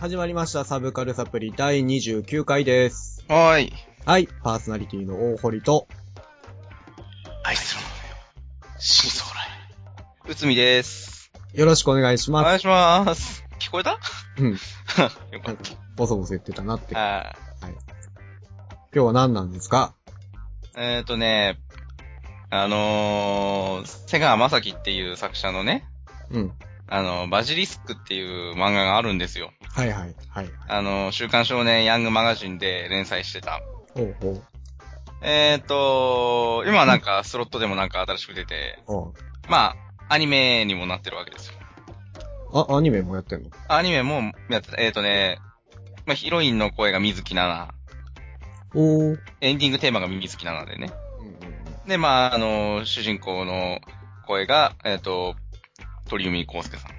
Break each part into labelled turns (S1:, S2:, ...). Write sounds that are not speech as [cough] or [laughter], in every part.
S1: 始まりました。サブカルサプリ第29回です。
S2: はーい。
S1: はい。パーソナリティの大堀と、
S2: あいつらの目を死にそうらい。うつみです。
S1: よろしくお願いし
S2: お
S1: ま
S2: 願
S1: す。
S2: いします。聞 [laughs] こえたよ
S1: うん。
S2: かっ
S1: ボソボソ言ってたなって。
S2: た。
S1: 今
S2: はい。
S1: 日は何なんですか
S2: えっ、ー、とね、あのー、瀬川正樹っていう作者のね、
S1: うん。
S2: あの、バジリスクっていう漫画があるんですよ。
S1: はいはい。はい。
S2: あの、週刊少年ヤングマガジンで連載してた。
S1: ほうほう。
S2: えっ、ー、と、今はなんかスロットでもなんか新しく出て、
S1: ほ
S2: まあ、アニメにもなってるわけですよ。
S1: うあ、アニメもやってんの
S2: アニメもやってた。えっ、ー、とね、まあ、ヒロインの声が水木奈々。
S1: おー。
S2: エンディングテーマが水木奈々でね。
S1: うんうん
S2: で、まあ、あの、主人公の声が、えっ、と、鳥海康介さん。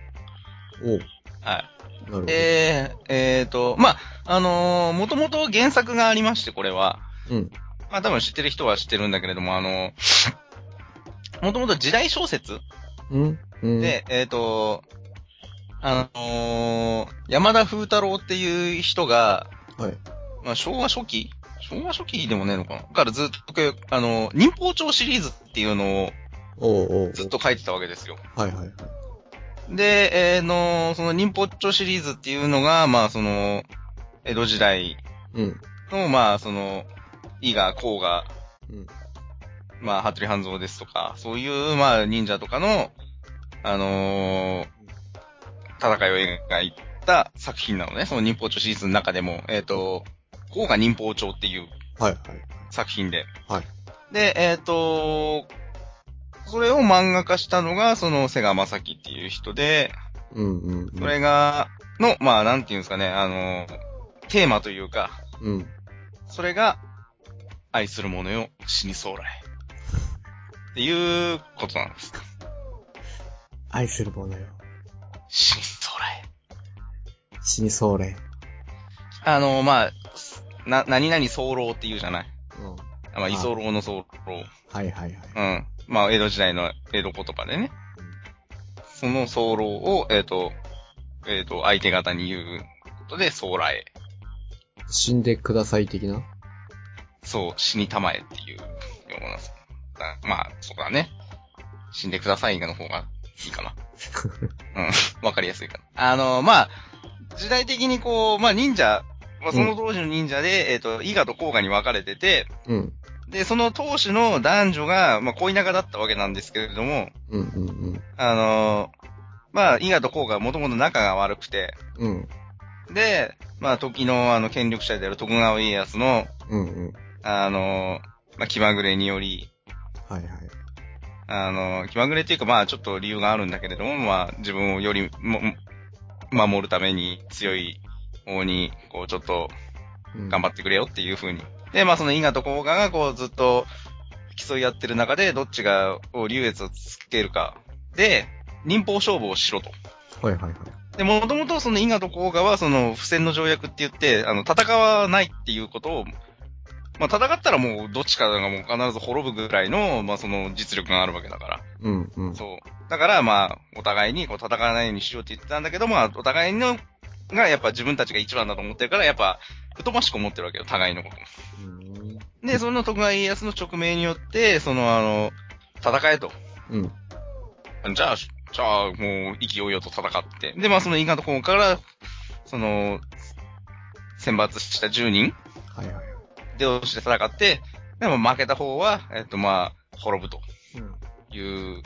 S1: うん。おー。
S2: はい。
S1: なるほど。
S2: えー、えーと、まあ、あのー、もともと原作がありまして、これは。
S1: うん。
S2: まあ、多分知ってる人は知ってるんだけれども、あのもともと時代小説
S1: うんうん。、
S2: で、えっ、と、あのー山田風太郎っていう人が、
S1: はい。
S2: まあ、昭和初期昭和初期でもねえのかなからずっとけ、あの、忍法帳シリーズっていうのを
S1: おーおー。
S2: ずっと書いてたわけですよ。
S1: はいはいはい。
S2: で、えーの、その忍法帳シリーズっていうのが、まあその、江戸時代
S1: うん。
S2: の、まあその、伊賀、甲賀、
S1: うん。
S2: まあ、服部半蔵ですとか、そういう、まあ、忍者とかの、あのー戦いを描いた作品なのね。その忍法帳シリーズの中でも、えっ、と、甲賀忍法帳っていう
S1: はいはい。
S2: 作品で。
S1: はい
S2: で、えっ、と、それを漫画化したのが、その、瀬川正樹っていう人で、
S1: うんうんうん。
S2: それが、の、まあ、なんていうんですかね、あの、テーマというか、
S1: うん。
S2: それが、愛する者よ、死にそうらい。っていうことなんです。
S1: 愛するものよ。
S2: 死にそうらい。
S1: 死にそうれ。
S2: あの、まあ、な、何々候って言うじゃない。
S1: うん。
S2: まあ、
S1: い
S2: 居候の候。
S1: はいはいはい。
S2: うん。まあ、江戸時代の江戸言葉でね。その候を、えっ、と、えっ、と、相手方に言うことで、候来。
S1: 死んでください的な [laughs]
S2: そう、死にたまえっていうような、だまあ、そうだね。死んでくださいの方がいいかな。うん、わかりやすいかな。あの、まあ、時代的にこう、まあ忍者、まあその当時の忍者で、えっ、と、伊賀と甲賀に分かれてて、
S1: うん。
S2: で、その当時の男女が、まあ恋仲だったわけなんですけれども、
S1: うんうんうん。
S2: あの、まあ伊賀と甲賀はもともと仲が悪くて、
S1: うん。
S2: で、まあ時のあの権力者である徳川家康の、
S1: うんうん。
S2: あの、まあ気まぐれにより、
S1: はいはい。
S2: あの、気まぐれっていうか、まあ、ちょっと理由があるんだけれども、まあ、自分をよりも、も守るために強い方に、こう、ちょっと頑張
S1: っ
S2: ってくれよっていう風に。で、まあ、その伊賀と甲賀が、こう、ずっと競い合ってる中で、どっちが、を優越をつけるか。で、忍法勝負をしろと。
S1: て。はいはいはい。
S2: で、もともとその伊賀と甲賀は、その、不戦の条約って言って、あの、戦わないっていうことを、まあ、戦ったらもう、どっちかがもう必ず滅ぶぐらいの、まあ、その、実力があるわけだから。
S1: うんうん。
S2: そう。だから、まあ、お互いにこう戦わないようにしようって言ってたんだけど、まあ、お互いの、がやっぱ自分たちが一番だと思ってるから、やっぱ、疎ましく思ってるわけよ、互いのこと
S1: うん。
S2: も。で、その徳川家康の直命によって、その、あの、戦えと。
S1: うん。
S2: じゃあ、じゃあ、もう、勢いよと戦って。で、まあ、その伊賀の方から、その、選抜した10人
S1: はいはいはい。
S2: で押して戦って、でも負けた方は、えっと、まあ、滅ぶと。
S1: うん。
S2: いう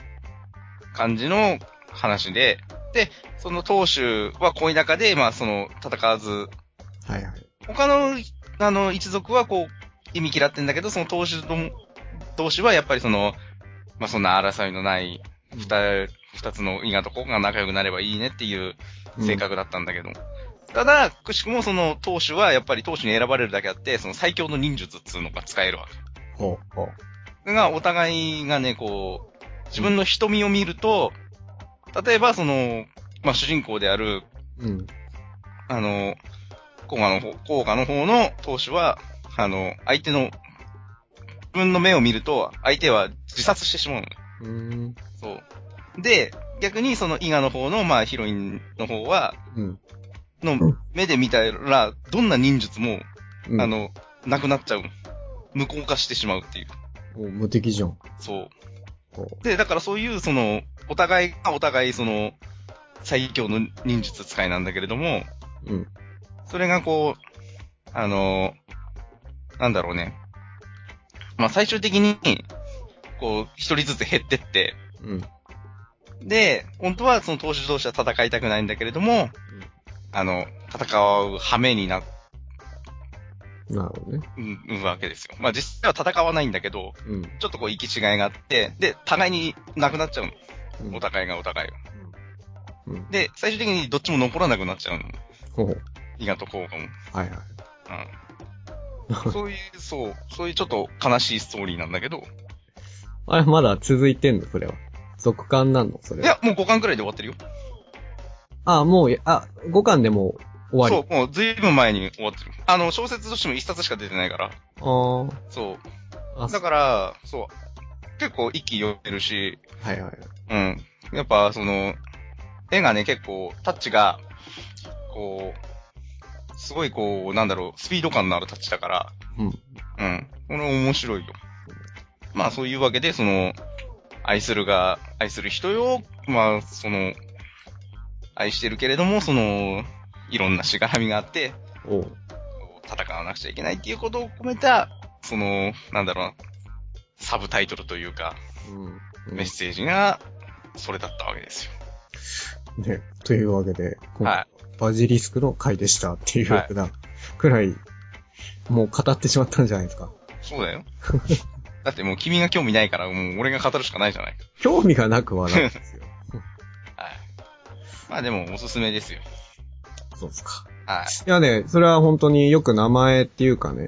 S2: 感じの話で、で、その当主は恋仲で、まあその戦わず、
S1: はいはい。
S2: 他の、あの、一族はこう、意味嫌ってんだけど、その当主とも、当主はやっぱりその、まあそんな争いのない、二、二つの伊賀とこが仲良くなればいいねっていう性格だったんだけど、ただ、くしくもその当主はやっぱり当主に選ばれるだけあって、その最強の忍術っつうのが使えるわけ。
S1: ほうほ
S2: が、お互いがね、こう、自分の瞳を見ると、例えばその、まあ、主人公である、
S1: うん。
S2: あの、効果の方、効果の方の投手は、あの、相手の、自分の目を見ると、相手は自殺してしまうの。
S1: うん。
S2: そう。で、逆にその伊賀の方の、まあ、ヒロインの方は、
S1: うん。
S2: の目で見たら、どんな忍術も、
S1: うん
S2: あ、の、なくなっちゃう。無効化してしまうっていう。
S1: お無敵じゃん。
S2: そう。
S1: こ
S2: で、だからそういう、その、お互いがお互い、その、最強の忍術使いなんだけれども、
S1: ううん。
S2: それがこう、あの、なんだろうね。まあ、最終的に、こう、一人ずつ減ってって、
S1: うん。
S2: で、本当はその投手同士は戦いたくないんだけれども、あの、戦う羽目にな
S1: なるほどね。
S2: るわけですよ。まあ、実際は戦わないんだけど、
S1: うん。
S2: ちょっとこう行き違いがあって、で、互いになくなっちゃうの。
S1: うん
S2: お互いがお互いを。
S1: うん。
S2: で、最終的にどっちも残らなくなっちゃうの。
S1: ほうほう。
S2: 伊賀と効果も。
S1: はいはい。
S2: うん。そういう、そう、そういうちょっと悲しいストーリーなんだけど、
S1: あれ、まだ続いてんのそれは。続巻なんのそれ
S2: い
S1: は。
S2: や、もう5巻くらいで終わってるよ。
S1: あ、もう、あ、5巻でもう終わ
S2: そう、もうずいぶん前に終わってる。あの、小説としても1冊しか出てないから、
S1: り。あ
S2: そ
S1: あ。あ、
S2: う。だ
S1: そ
S2: から、そう、結構一気に読ってるし、
S1: はいはい。
S2: うん。やっぱ、その、絵がね、結構、タッチが、こう、すごいこう、なんだろう、スピード感のあるタッチだから、
S1: うん。
S2: うん。これ面白いよ。まあ、そういうわけで、その、愛するが、愛する人よ、まあ、その、愛してるけれども、その、いろんなしがらみがあって、
S1: おう。
S2: こう戦わなくちゃいけないっていうことを込めた、その、なんだろうな、サブタイトルというか、
S1: うん。
S2: メッセージが、それだったわけですよ。
S1: ね。というわけで、今回
S2: はい
S1: バジリスクの回でしたっていう
S2: はい
S1: ふうな、くらい、もう語ってしまったんじゃないですか。
S2: そう [laughs] だよ。だってもう君が興味ないから、もう俺が語るしかないじゃない。
S1: 興味がなくはないです
S2: [laughs]
S1: よ。
S2: はい。まあでも、おすすめですよ。
S1: そうですか。
S2: はい
S1: やね、それは本当によく名前っていうかね、
S2: い。う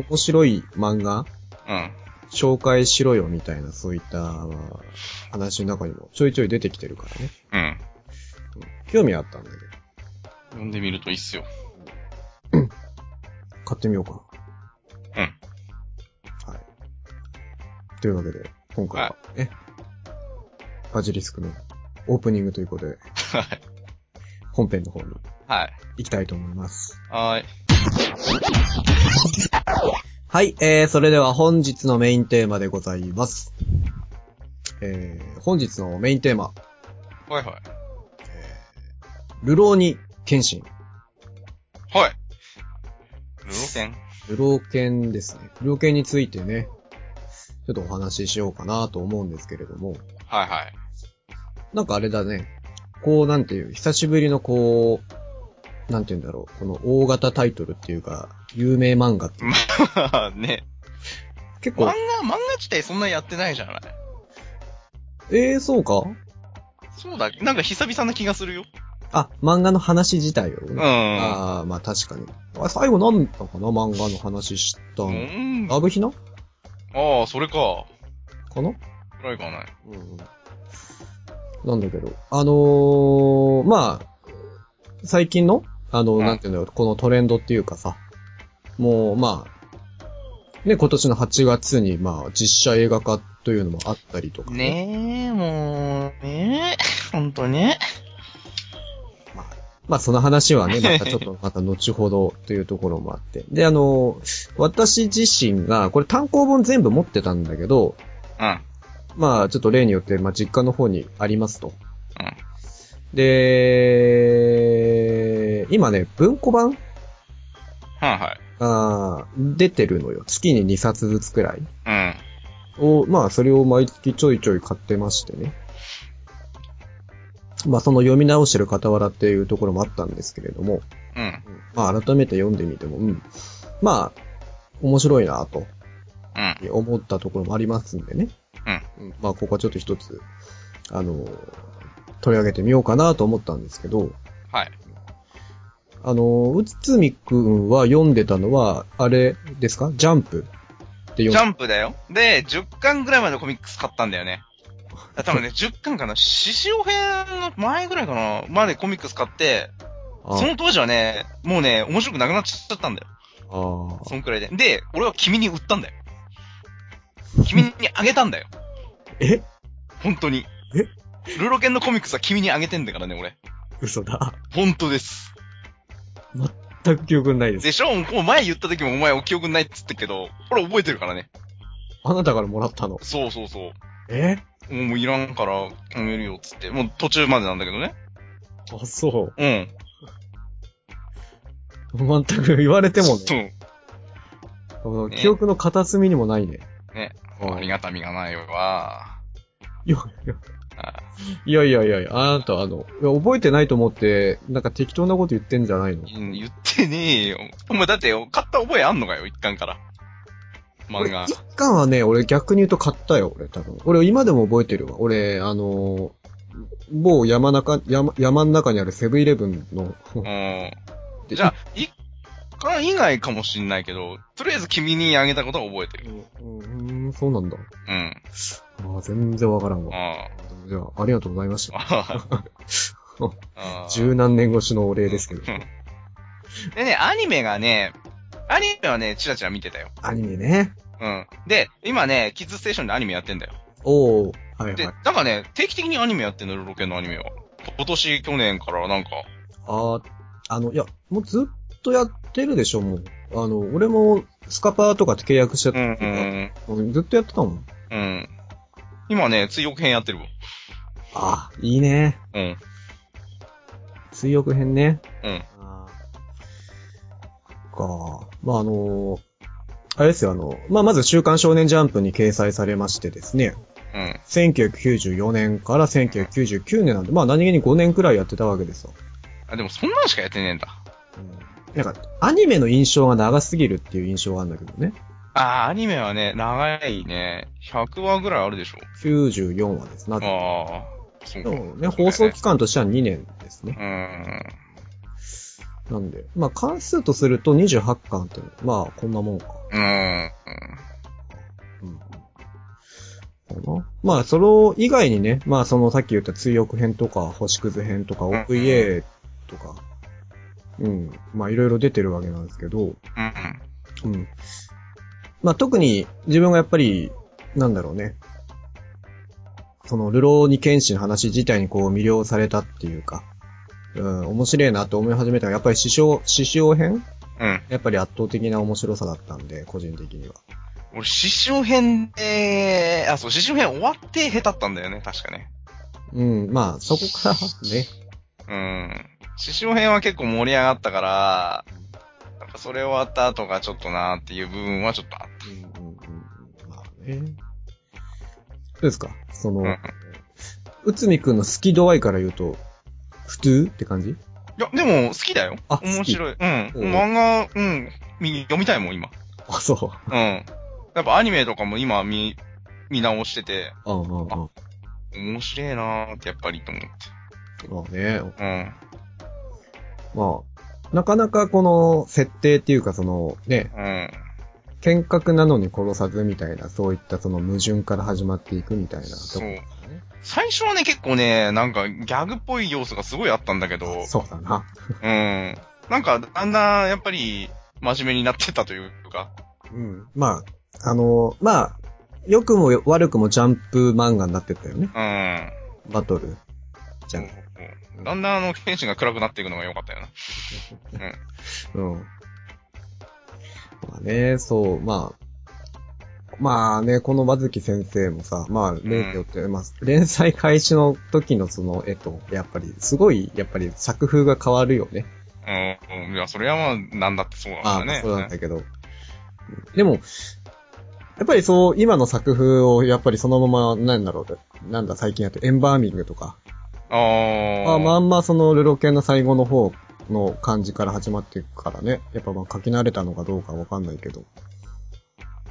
S2: ん。
S1: 面白い漫画
S2: うん。
S1: 紹介しろよみたいな、そういったまあ話の中にもちょいちょい出てきてるからね。
S2: うん。
S1: 興味あったんだけど、
S2: 読んでみるといいっすよ。 [laughs]
S1: 買ってみようか
S2: うん。
S1: な。はい。というわけで、今回はね、バジリスクのオープニングということで、
S2: はい。
S1: 本編の方に
S2: はい。
S1: 行きたいと思います。
S2: はーい。
S1: はい、えー、それでは本日のメインテーマでございます。えー、本日のメインテーマ、
S2: はいは
S1: 流浪に剣心。
S2: い。はい。ルロケン
S1: 流浪剣ですね。流浪剣についてね、ちょっとお話ししようかなと思うんですけれども、
S2: はいはい。
S1: なんかあれだね、こうなんていう、久しぶりのこう、なんていうんだろう、この大型タイトルっていうか、有名漫画っていう
S2: まあ [laughs] ね。
S1: 結
S2: 漫
S1: 構
S2: 画、、漫画自体そんなやってないじゃない。
S1: えー、そうか
S2: そうだ。なんか久々な気がするよ。
S1: あ、漫画の話自体をね。
S2: うん。
S1: ああ、まあ確かに。あ最後なんだかな漫画の話した
S2: う
S1: の。
S2: ん。あ
S1: ラブヒナ
S2: あ、それか。
S1: かな
S2: くらいかな。
S1: うん。なんだけど。あのー、まあ、最近の、あの、
S2: うん
S1: なんていうんだろう、このトレンドっていうかさ、もう、まあ、ね、今年の8月に、まあ、実写映画化というのもあったりとかね。
S2: ねえ、もう、ねえ、ほんとね。
S1: まあ、その話はね、またちょ
S2: [laughs]
S1: っと、また後ほどというところもあって。で、あのー私自身が、これ単行本全部持ってたんだけど、
S2: うん。
S1: まあ、ちょっと例によって、まあ、実家の方にありますと。
S2: うん
S1: で、今ね、文庫版
S2: はいはい。
S1: あー出てるのよ。月に2冊ずつくらい。
S2: うん。
S1: を、まあ、それを毎月ちょいちょい買ってましてね。まあ、その読み直してる傍らっていうところもあったんですけれども、
S2: うん。
S1: まあ、改めて読んでみても、うん。まあ、面白いなと
S2: うん。
S1: 思ったところもありますんでね。
S2: うん。
S1: うんまあ、ここはちょっと一つ、あの、取り上げてみようかなと思ったんですけど、
S2: はい。
S1: あの、うつつみくんは読んでたのは、あれですかジャンプって
S2: ジ
S1: 読ん
S2: ャンプだよ。で、10巻ぐらいまでコミックス買ったんだよね。あ多分ね、10巻か [laughs] な、獅子王編の前ぐらいかな、までコミックス買って、
S1: あ
S2: その当時はね、もうね、面白くなくなっちゃったんだよ。
S1: あ
S2: そんくらいで。で、俺は君に売ったんだよ。君にあげたんだよ。
S1: え
S2: 本当に。
S1: え
S2: ルロケンのコミックスは君にあげてんだからね、俺。
S1: 嘘だ。
S2: 本当です。
S1: 全く記憶ないです。
S2: でしょもう前言った時もお前お記憶ないっつったけど、俺覚えてるからね。
S1: あなたからもらったの。
S2: そうそうそ
S1: え
S2: う。もうもういらんからあげるよっつって。もう途中までなんだけどね。
S1: あ、そう。
S2: うん。
S1: 全く言われても
S2: そ
S1: ね。
S2: う。
S1: この
S2: ね
S1: 記憶の片隅にもないね。
S2: ね
S1: うん。
S2: ありがたみがないわ。
S1: いや
S2: あ
S1: いやいやいやいや、あなた、あの、いや覚えてないと思って、なんか適当なこと言ってんじゃないの
S2: うん言ってねえよ。お前だって買った覚えあんのかよ、一巻から。漫
S1: 俺。
S2: 画
S1: 一巻はね、俺逆に言うと買ったよ、俺多分。俺今でも覚えてるわ。俺、あのー某山中、山、山の中にあるセブンイレブンの、
S2: うん。じゃあ、一巻以外かもしんないけど、とりあえず君にあげたことは覚えてる。
S1: うんうんうん、そうなんだ。
S2: うん。
S1: あー全然わからんわ。
S2: あ
S1: じゃあ、ありがとうございました。
S2: あ。あ
S1: [laughs]
S2: あ
S1: 十何年越しのお礼ですけど。
S2: うんでね、アニメがね、アニメはね、チラチラ見てたよ。
S1: アニメね。
S2: うん。で、今ね、キッズステーションでアニメやってんだよ。
S1: おー、はいはい
S2: で、。なんかね、定期的にアニメやってんの、ロケのアニメは。今年、去年からなんか、
S1: あーあの、いや、もうずっとやってるでしょ、もう。あの、俺も、スカパーとかって契約しちゃっ
S2: う
S1: た
S2: ん、うん、
S1: うんずっとやってたもん。
S2: うん。今ね、追憶編やってるわ。
S1: ああ、いいね。
S2: うん。
S1: 水浴編ね。
S2: うん。
S1: あーか。まあ、あのーあれですよ、あの、まあ、まず週刊少年ジャンプに掲載されましてですね、
S2: うん。
S1: 1994年から1999年なんで、まあ、何気に5年くらいやってたわけですよ。
S2: あ、でもそんなんしかやってねえんだ。
S1: うん。なんか、アニメの印象が長すぎるっていう印象があるんだけどね。
S2: ああ、アニメはね、長いね。100話ぐらいあるでしょ。
S1: 94話です。なぜ
S2: ああ、そう
S1: で
S2: か。
S1: もね、放送期間としては2年ですね。
S2: うん。
S1: なんで、まあ、関数とすると28巻っていうのは、まあ、こんなもんか。
S2: う
S1: う
S2: ん。
S1: ん。かなまあ、それ以外にね、まあ、そのさっき言った追憶編とか、星屑編とか、
S2: ん
S1: OVA とか、うん。まあ、いろいろ出てるわけなんですけど、
S2: うん。
S1: うん。まあ、特に自分がやっぱり、なんだろうね。その、ルローニケンシの話自体にこう魅了されたっていうか、うん、面白いなと思い始めたのは、やっぱり師匠、師匠編
S2: うん。
S1: やっぱり圧倒的な面白さだったんで、個人的には。
S2: 俺、思春編で、あ、そう、思春編終わって下手ったんだよね、確かね。
S1: うん、まあ、そこからね、
S2: うん。思春編は結構盛り上がったから、なんかそれ終わった後がちょっとなーっていう部分はちょっとあっ
S1: うんうんうんまあね。どうですかその
S2: うん、
S1: 内海くんの好き度合いから言うと、普通って感じ
S2: た。いや、でも好きだよ。
S1: あ
S2: 面白い。うん。
S1: おう
S2: 漫画、うん。み読みたいもん、今。
S1: あ、そ
S2: うん。やっぱアニメとかも今見、見直してて、
S1: う。うんうんうん。ま
S2: 面白いなーってやっぱりと思っ
S1: あ
S2: て。
S1: ね、
S2: うん。
S1: まあ、なかなかこの設定っていうかそのね、
S2: うん。
S1: 剣閣なのに殺さずみたいな、そういったその矛盾から始まっていくみたいなとこ。
S2: そう。最初はね、結構ね、なんかギャグっぽい要素がすごいあったんだけど、
S1: そうだな。
S2: うん。なんか、だんだん、やっぱり、真面目になってったというか。
S1: うん。まあ、あの、まあ、良くも悪くもジャンプ漫画になってったよね。
S2: うん。
S1: バトル。じゃん。
S2: うんだんだん、あの、剣心が暗くなっていくのが良かったよな。
S1: うん。まあね、そう、まあ。まあね、この和月先生もさ、まあ、例によって、まあ、連載開始の時のその絵と、やっぱり、すごい、やっぱり作風が変わるよね。
S2: うんうん。いや、それはまあ、なんだってそうなん
S1: ま
S2: だ
S1: あ、
S2: ね。
S1: そうなんだけど。うんでも、やっぱりそう、今の作風を、やっぱりそのまま、なんだろう、なんだ、最近やって、エンバーミングとか。
S2: あー
S1: まあ、まんまその、ルロケンの最後の方の感じから始まっていくからね。やっぱまあ、書き慣れたのかどうかわかんないけど。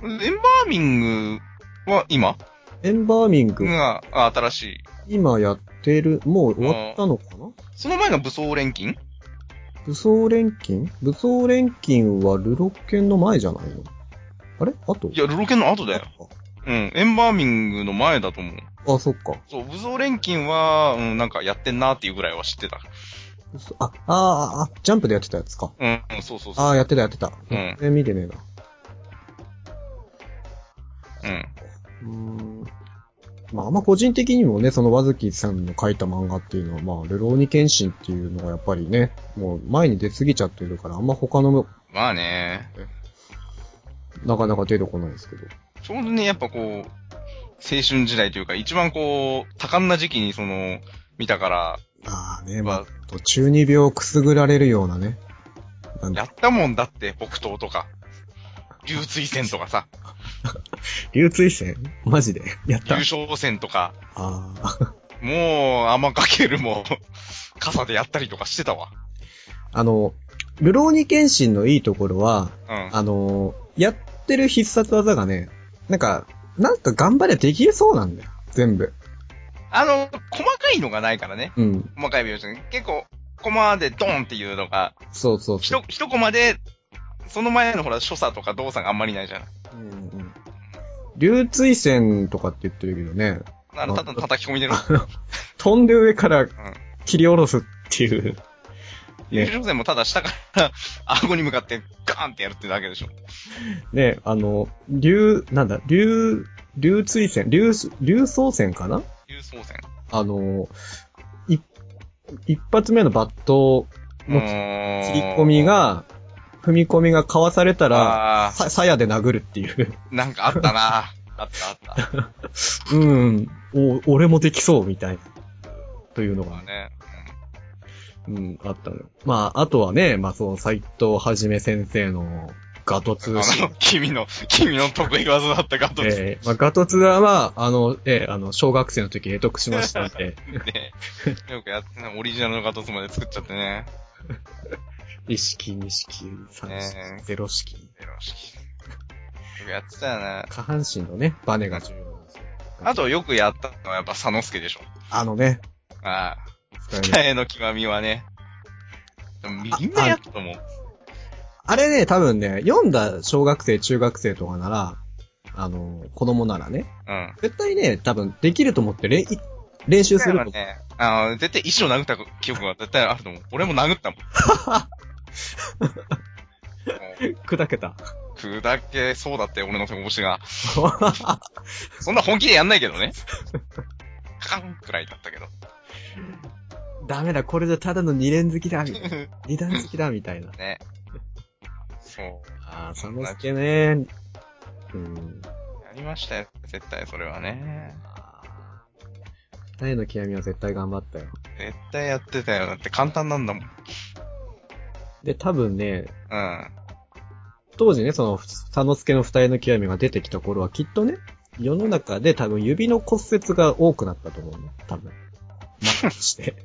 S2: エンバーミングは今
S1: エンバーミング、
S2: が、あ新しい。
S1: 今やってる、もう終わったのかな
S2: その前が武装錬金
S1: 武装錬金武装錬金はルロケンの前じゃないのあれあと
S2: いや、ルロケンの後だよ。
S1: あ
S2: ううん、エンバーミングの前だと思う。
S1: あ、そっか。
S2: そう、武蔵錬金は、うん、なんかやってんなっていうぐらいは知ってた。
S1: そあ、あーあ、ジャンプでやってたやつか。
S2: うん、うんそうそうそう。
S1: ああ、やってたやってた。
S2: うん
S1: え、見てねえな。
S2: うん。
S1: うーん。まあ、まあ個人的にもね、その和月さんの書いた漫画っていうのは、まあ、ルローニケンシンっていうのがやっぱりね、もう前に出過ぎちゃってるから、あんま他の、
S2: まあね、
S1: なかなか出てこないですけど。
S2: ちょうどね、やっぱこう、青春時代というか、一番こう、多感な時期にその、見たから、
S1: ああね、
S2: まあ
S1: まあ、と中二病をくすぐられるようなね。なん
S2: や
S1: だ、
S2: ったもんだって、木刀とか、流水戦とかさ、
S1: 流追戦マジでやっ
S2: 優
S1: た。
S2: 勝戦とか、
S1: ああ。
S2: もう、雨かけるも、 [laughs] 傘でやったりとかしてたわ。
S1: あの、ルローニケンシンのいいところは、
S2: うん。
S1: あの、やってる必殺技がね、なんか、なんか頑張りゃできるそうなんだよ。全部。
S2: あの、細かいのがないからね。
S1: うん。
S2: 細かい描写ね。結構、コマでドンっていうのが、
S1: そうそうそう
S2: 一、。一コマで、その前のほら、所作とか動作があんまりないじゃん。
S1: うんうん流追戦とかって言ってるけどね、
S2: あの、ただの叩き込みでの。
S1: 飛んで上から切り下ろすっていう。
S2: 優勝戦もただ下から、 [laughs] 顎に向かって、ガーンってやるってだけでしょ。
S1: ね、あの、流、なんだ、流、流追戦、流、流走戦かな
S2: 優勝戦。
S1: あの、い一発目のバットの
S2: も
S1: 切り込み、が、踏み込みがかわされたら、
S2: あ
S1: さ、鞘で殴るっていう。 [laughs]
S2: ーなんかあったなあったあった。
S1: うん、お、俺もできそう、みたいな。というのが
S2: まあね。
S1: うん、あったのよ。まあ、あとはね、まあ、その、斎藤はじめ先生の、ガト
S2: う
S1: ツ
S2: ん、あの、君の、君の得意技だったガトツ。
S1: えーまあ、ガトツは、まあ、あの、えーあの、小学生の時、得得しましたんで、
S2: [laughs] ねよくやってね、オリジナルのガトツまで作っちゃってね。
S1: 一式、二式、三式
S2: ね、
S1: ゼロ式。
S2: よろしく。よくやってたよね。
S1: 下半身のね、バネが重要なんですよ。
S2: あとよくやったのはやっぱ佐之助でしょ。
S1: あのね、
S2: [laughs] ああ。
S1: 使えない
S2: 二重の極みはね。でもみんなやったと思う。
S1: あれね、多分ね、読んだ小学生、中学生とかなら、あの、子供ならね、
S2: うん。
S1: 絶対ね、多分、できると思って、れんい練習すると思う。
S2: ね、あの、絶対石を殴った記憶が絶対あると思う。俺も殴ったもん。も
S1: 砕けた。 [laughs]
S2: う砕けそうだって、俺の手腰が。そんな本気でやんないけどね。カンくらいだったけど。 [laughs]
S1: ダメだ、これじゃただの二連好きだ、みたいな。二段好きだ、みたいな。
S2: ね。そう。
S1: ああ、サノスケね。うん。
S2: やりましたよ。絶対それはね。
S1: あー二重の極みは絶対頑張ったよ。
S2: 絶対やってたよ。だって簡単なんだもん。うん。
S1: で、多分ね、
S2: あ
S1: 当時ね、その、サノスケの二重の極みが出てきた頃はきっとね、世の中で多分指の骨折が多くなったと思うね。多分。まあ、して。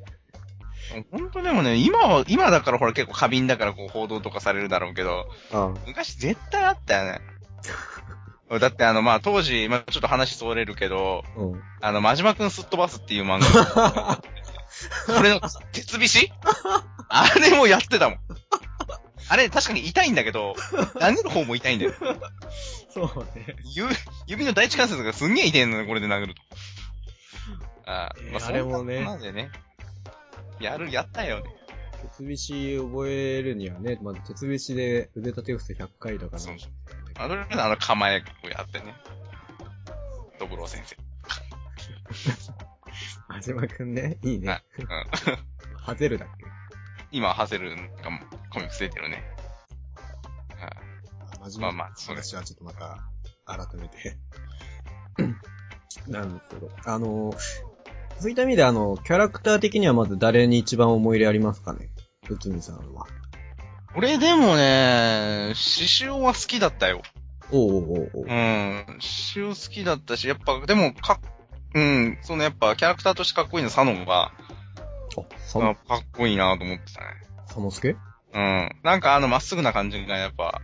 S2: ほんとでもね、今は、今だからほら結構過敏だからこう報道とかされるだろうけど、
S1: あ
S2: 昔絶対あったよね。 [laughs] だってあの、まあ、当時、まあ、ちょっと話それるけど、
S1: あ、うん。
S2: あの、真島くんすっ飛ばすっていう漫画。
S1: [laughs]
S2: これの、鉄菱あれもやってたもん。あれ、確かに痛いんだけど、投げる方も痛いんだよ。
S1: そうね。
S2: 指指の第一関節がすんげえ痛いのよ、これで殴ると。あー、
S1: えーあれもね
S2: そんなことなんでね。やる、やったよね。
S1: 鉄菱覚えるにはね、まず鉄菱で腕立て伏せ100回だから。
S2: そうそあの、あの構えをやってね。ドブロー先生。
S1: 真島くんね、いいね
S2: は。うん。
S1: [laughs] ハゼルだっけ
S2: 今、ハセルがコミックス出てるね。あ
S1: 真
S2: まあ
S1: 面目
S2: まあ
S1: な
S2: そうです
S1: 話はちょっとまた、改めて。なんですけど。あの、そういった意味で、あの、キャラクター的にはまず誰に一番思い入れありますかねうつみさんは。
S2: 俺でもね、獅子王は好きだったよ。
S1: おうおうおうおう
S2: うん。獅子王好きだったし、やっぱ、でも、かっ、うん、そのやっぱキャラクターとしてかっこいいの、サノンが、
S1: あ、さ、
S2: あかっこいいなと思ってたね。
S1: さのすけう
S2: うん。なんかあの、まっすぐな感じがやっぱ、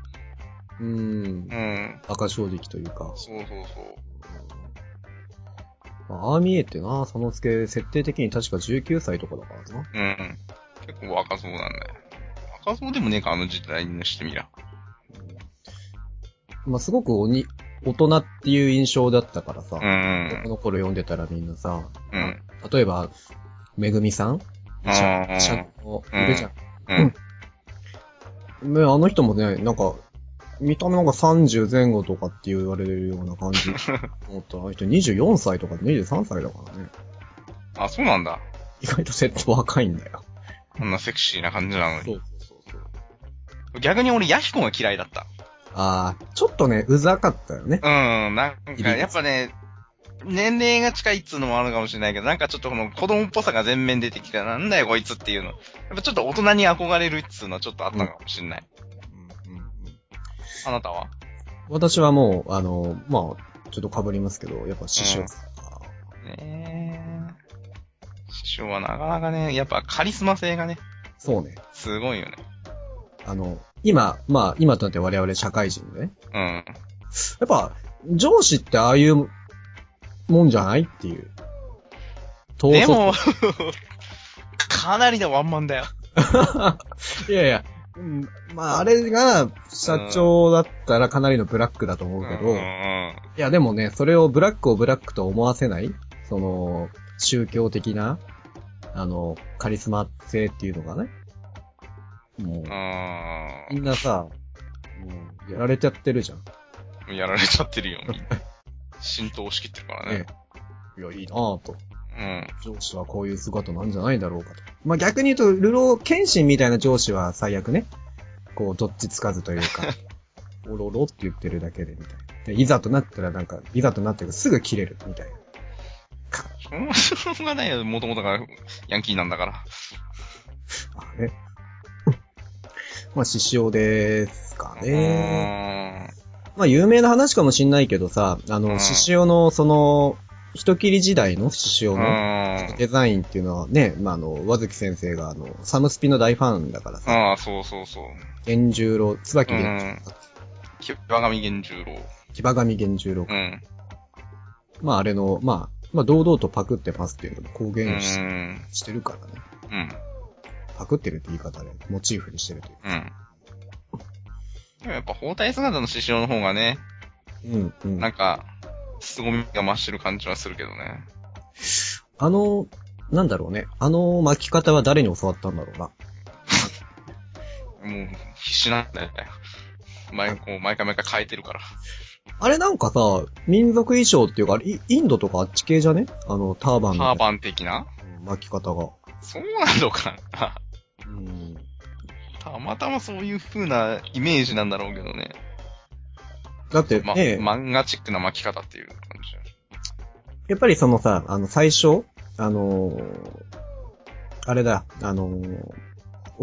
S1: ーん
S2: う。ん。
S1: 赤正直というか。
S2: そうそうそう。
S1: まあああ見えてな、佐野助、設定的に確か19歳とかだからな。
S2: うん。結構若そうなんだよ。若そうでもねえか、あの時代にしてみりゃ。
S1: まあ、すごく鬼、大人っていう印象だったからさ、
S2: うん
S1: こ。の頃読んでたらみんなさ、
S2: うん。
S1: 例えば、めぐみさん
S2: うん
S1: ちゃん、ちゃんの、
S2: うん
S1: いるじゃん。
S2: うん。
S1: ね、あの人もね、なんか、見た目なんか30前後とかって言われるような [laughs] 感じ。思ったら、あの人24歳とか23歳だからね。
S2: あ、そうなんだ。
S1: 意外とセット若いんだよ。
S2: こんなセクシーな感じなの
S1: そう
S2: に。
S1: そうそうそう。
S2: 逆に俺、ヤヒコが嫌いだった。
S1: ああ、ちょっとね、うざかったよね。
S2: うん、なんか、やっぱね、年齢が近いっつうのもあるかもしれないけど、なんかちょっとこの子供っぽさが全面出てきて、なんだよこいつっていうの。やっぱちょっと大人に憧れるっつうのはちょっとあったのかもしれない。
S1: うんうんうん
S2: あなたは
S1: 私はもう、あの、まあ、ちょっと被りますけど、やっぱ師匠さんか
S2: ねえ。師匠はなかなかね、やっぱカリスマ性がね、
S1: そうね。
S2: すごいよね。
S1: あの、今、まあ、今となって我々社会人でね。
S2: うん。
S1: やっぱ、上司ってああいうもんじゃないっていう。統
S2: で
S1: 率
S2: も、 [laughs] かなりのワンマンだよ。
S1: いやいや、うんまあ、あれが社長だったらかなりのブラックだと思うけど、
S2: うん
S1: いやでもね、それをブラックをブラックと思わせない、その、宗教的な、あの、カリスマ性っていうのがね、もう
S2: う、ん。
S1: みんなさ、もう、やられちゃってるじゃん。
S2: うん。やられちゃってるよ。みんな浸透しきってるからね。
S1: ええいや、いいなぁと。
S2: うん。
S1: 上司はこういう姿なんじゃないだろうかと。まあ、逆に言うと、ルロー、剣心みたいな上司は最悪ね。こう、どっちつかずという
S2: [laughs]
S1: か、おろろって言ってるだけで、みたいな。で、いざとなったらなんか、いざとなってすぐ切れる、みたいな。
S2: しょうがないよ、もともとがヤンキーなんだから。
S1: まあね。まあ、獅子王ですかね。まあ、有名な話かもしんないけどさ、あ
S2: うん
S1: の、獅子王の、その、人切り時代の獅子
S2: う
S1: 王
S2: ー
S1: の、
S2: ん。う
S1: デザインっていうのはね、まあ、あの、和月先生が、あの、サムスピの大ファンだから
S2: ー
S1: さ、
S2: ん。ああ、そうそうそう。
S1: 源十郎、椿
S2: う
S1: 源
S2: ん。きわがみ源十郎。
S1: 騎馬神源十郎
S2: う。ん。
S1: まあ、あれの、まあ、まあ、堂々とパクってますっていうのも公
S2: う
S1: 言し,、
S2: ん。
S1: してるからね。
S2: うん。
S1: パクってるって言い方で、モチーフにしてるとい
S2: うん。でもやっぱ包帯姿の獅子王の方がね、
S1: う。うん、う
S2: なん
S1: ん。
S2: か、凄みが増してる感じはするけどね。
S1: あの、なんだろうね。あの巻き方は誰に教わったんだろうな。
S2: もう、必死なんだよね。毎こう毎回毎回変えてるから。
S1: あれなんかさ、民族衣装っていうか、あれイインドとかあっち系じゃねあの、ターバン
S2: ター
S1: の
S2: バン的な
S1: 巻き方が。
S2: そうなのかな
S1: うん。
S2: たまたまそういう風なイメージなんだろうけどね。
S1: だってね、
S2: ま、漫画チックな巻き方っていう感じ。
S1: やっぱりそのさ、あの、最初、あのーあれだ、あのー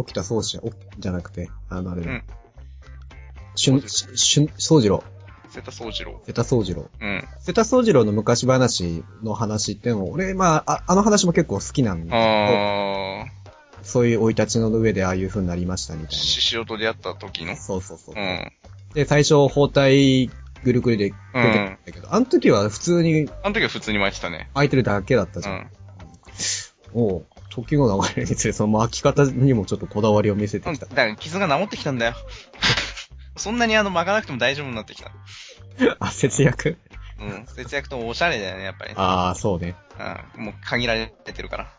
S1: 起きた宗師、おじゃなくて、あの、あれだ。
S2: うん
S1: しゅん、しゅしゅん、宗次郎、
S2: 瀬田宗次郎。
S1: 瀬田宗次郎。
S2: うん。
S1: 瀬田宗次郎の昔話の話ってのも、俺、まあ、ああの話も結構好きなんだ
S2: あ
S1: けど、そういう生い立ちの上でああいう風になりましたみ
S2: ー、
S1: たい
S2: 獅子王と出会った時の
S1: な。。そうそうそう。
S2: うん。
S1: で、最初、包帯ぐるぐるで出て
S2: う
S1: きた
S2: ん
S1: ん。だけど、あの時は普通に
S2: あの時は普通に巻いてたね。
S1: 空いてるだけだった
S2: う
S1: じゃん。
S2: ん。
S1: おう、時の流れにつれ、その巻き方にもちょっとこだわりを見せて
S2: だ
S1: きた。
S2: から傷が治ってきたんだよ。 [laughs] そんなにあの巻かなくても大丈夫になってきた。
S1: あ、節
S2: [laughs]
S1: 約
S2: うん。節約とおしゃれだよね、やっぱり。
S1: ああ、そうね。
S2: うん。もう限られてるから。だか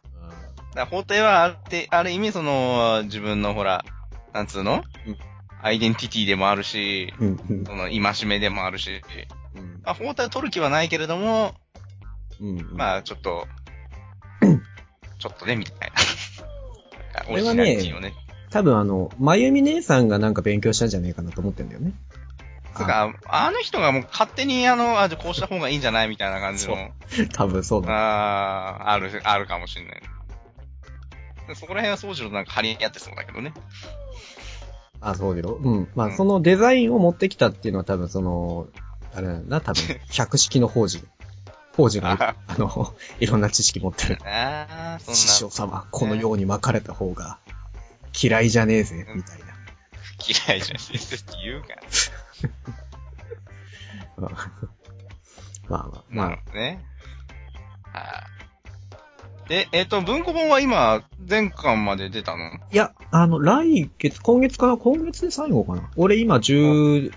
S2: ら法廷はあって、ある意味その、自分のほら、なんつうの、
S1: うん
S2: アイデンティティでもあるし、
S1: うん、うん
S2: その、戒めでもあるし、
S1: うん。
S2: まあ、包帯を取る気はないけれども、
S1: うん。あ、
S2: まあ、ちょっと、ちょっとね、みたい
S1: [laughs]
S2: な。なんか
S1: こ
S2: オ
S1: れ
S2: リ
S1: は
S2: ジ
S1: ね
S2: ナリティをね。
S1: 多分あの、まゆみ姉さんがなんか勉強したんじゃねえかなと思ってんだよね。
S2: つうか、あの人がもう勝手に、あの、あ、じゃあこうした方がいいんじゃないみたいな感じの、
S1: 多分そうだ。
S2: あーある、あるかもしれない。そこら辺は宗次郎なんか張り合ってそうだけどね。
S1: あ、そうだろ。うん。ま
S2: う
S1: あ、
S2: ん
S1: そのデザインを持ってきたっていうのは多分その、あれなんだな、多
S2: [laughs]
S1: 分、百式の法事。法事が、あの、いろんな知識持ってる。
S2: ああ、そんな。
S1: 師匠様、このように巻かれた方が嫌いじゃねえぜ、みたいな。
S2: 嫌いじゃん、先生って言うから。
S1: うん [laughs] まあまあ、ま
S2: な
S1: あ
S2: る。ほどね。はいで、えっ、と、文庫本は今、前巻まで出たの
S1: いや、あの、来月、今月かな今月で最後かな俺今11
S2: うん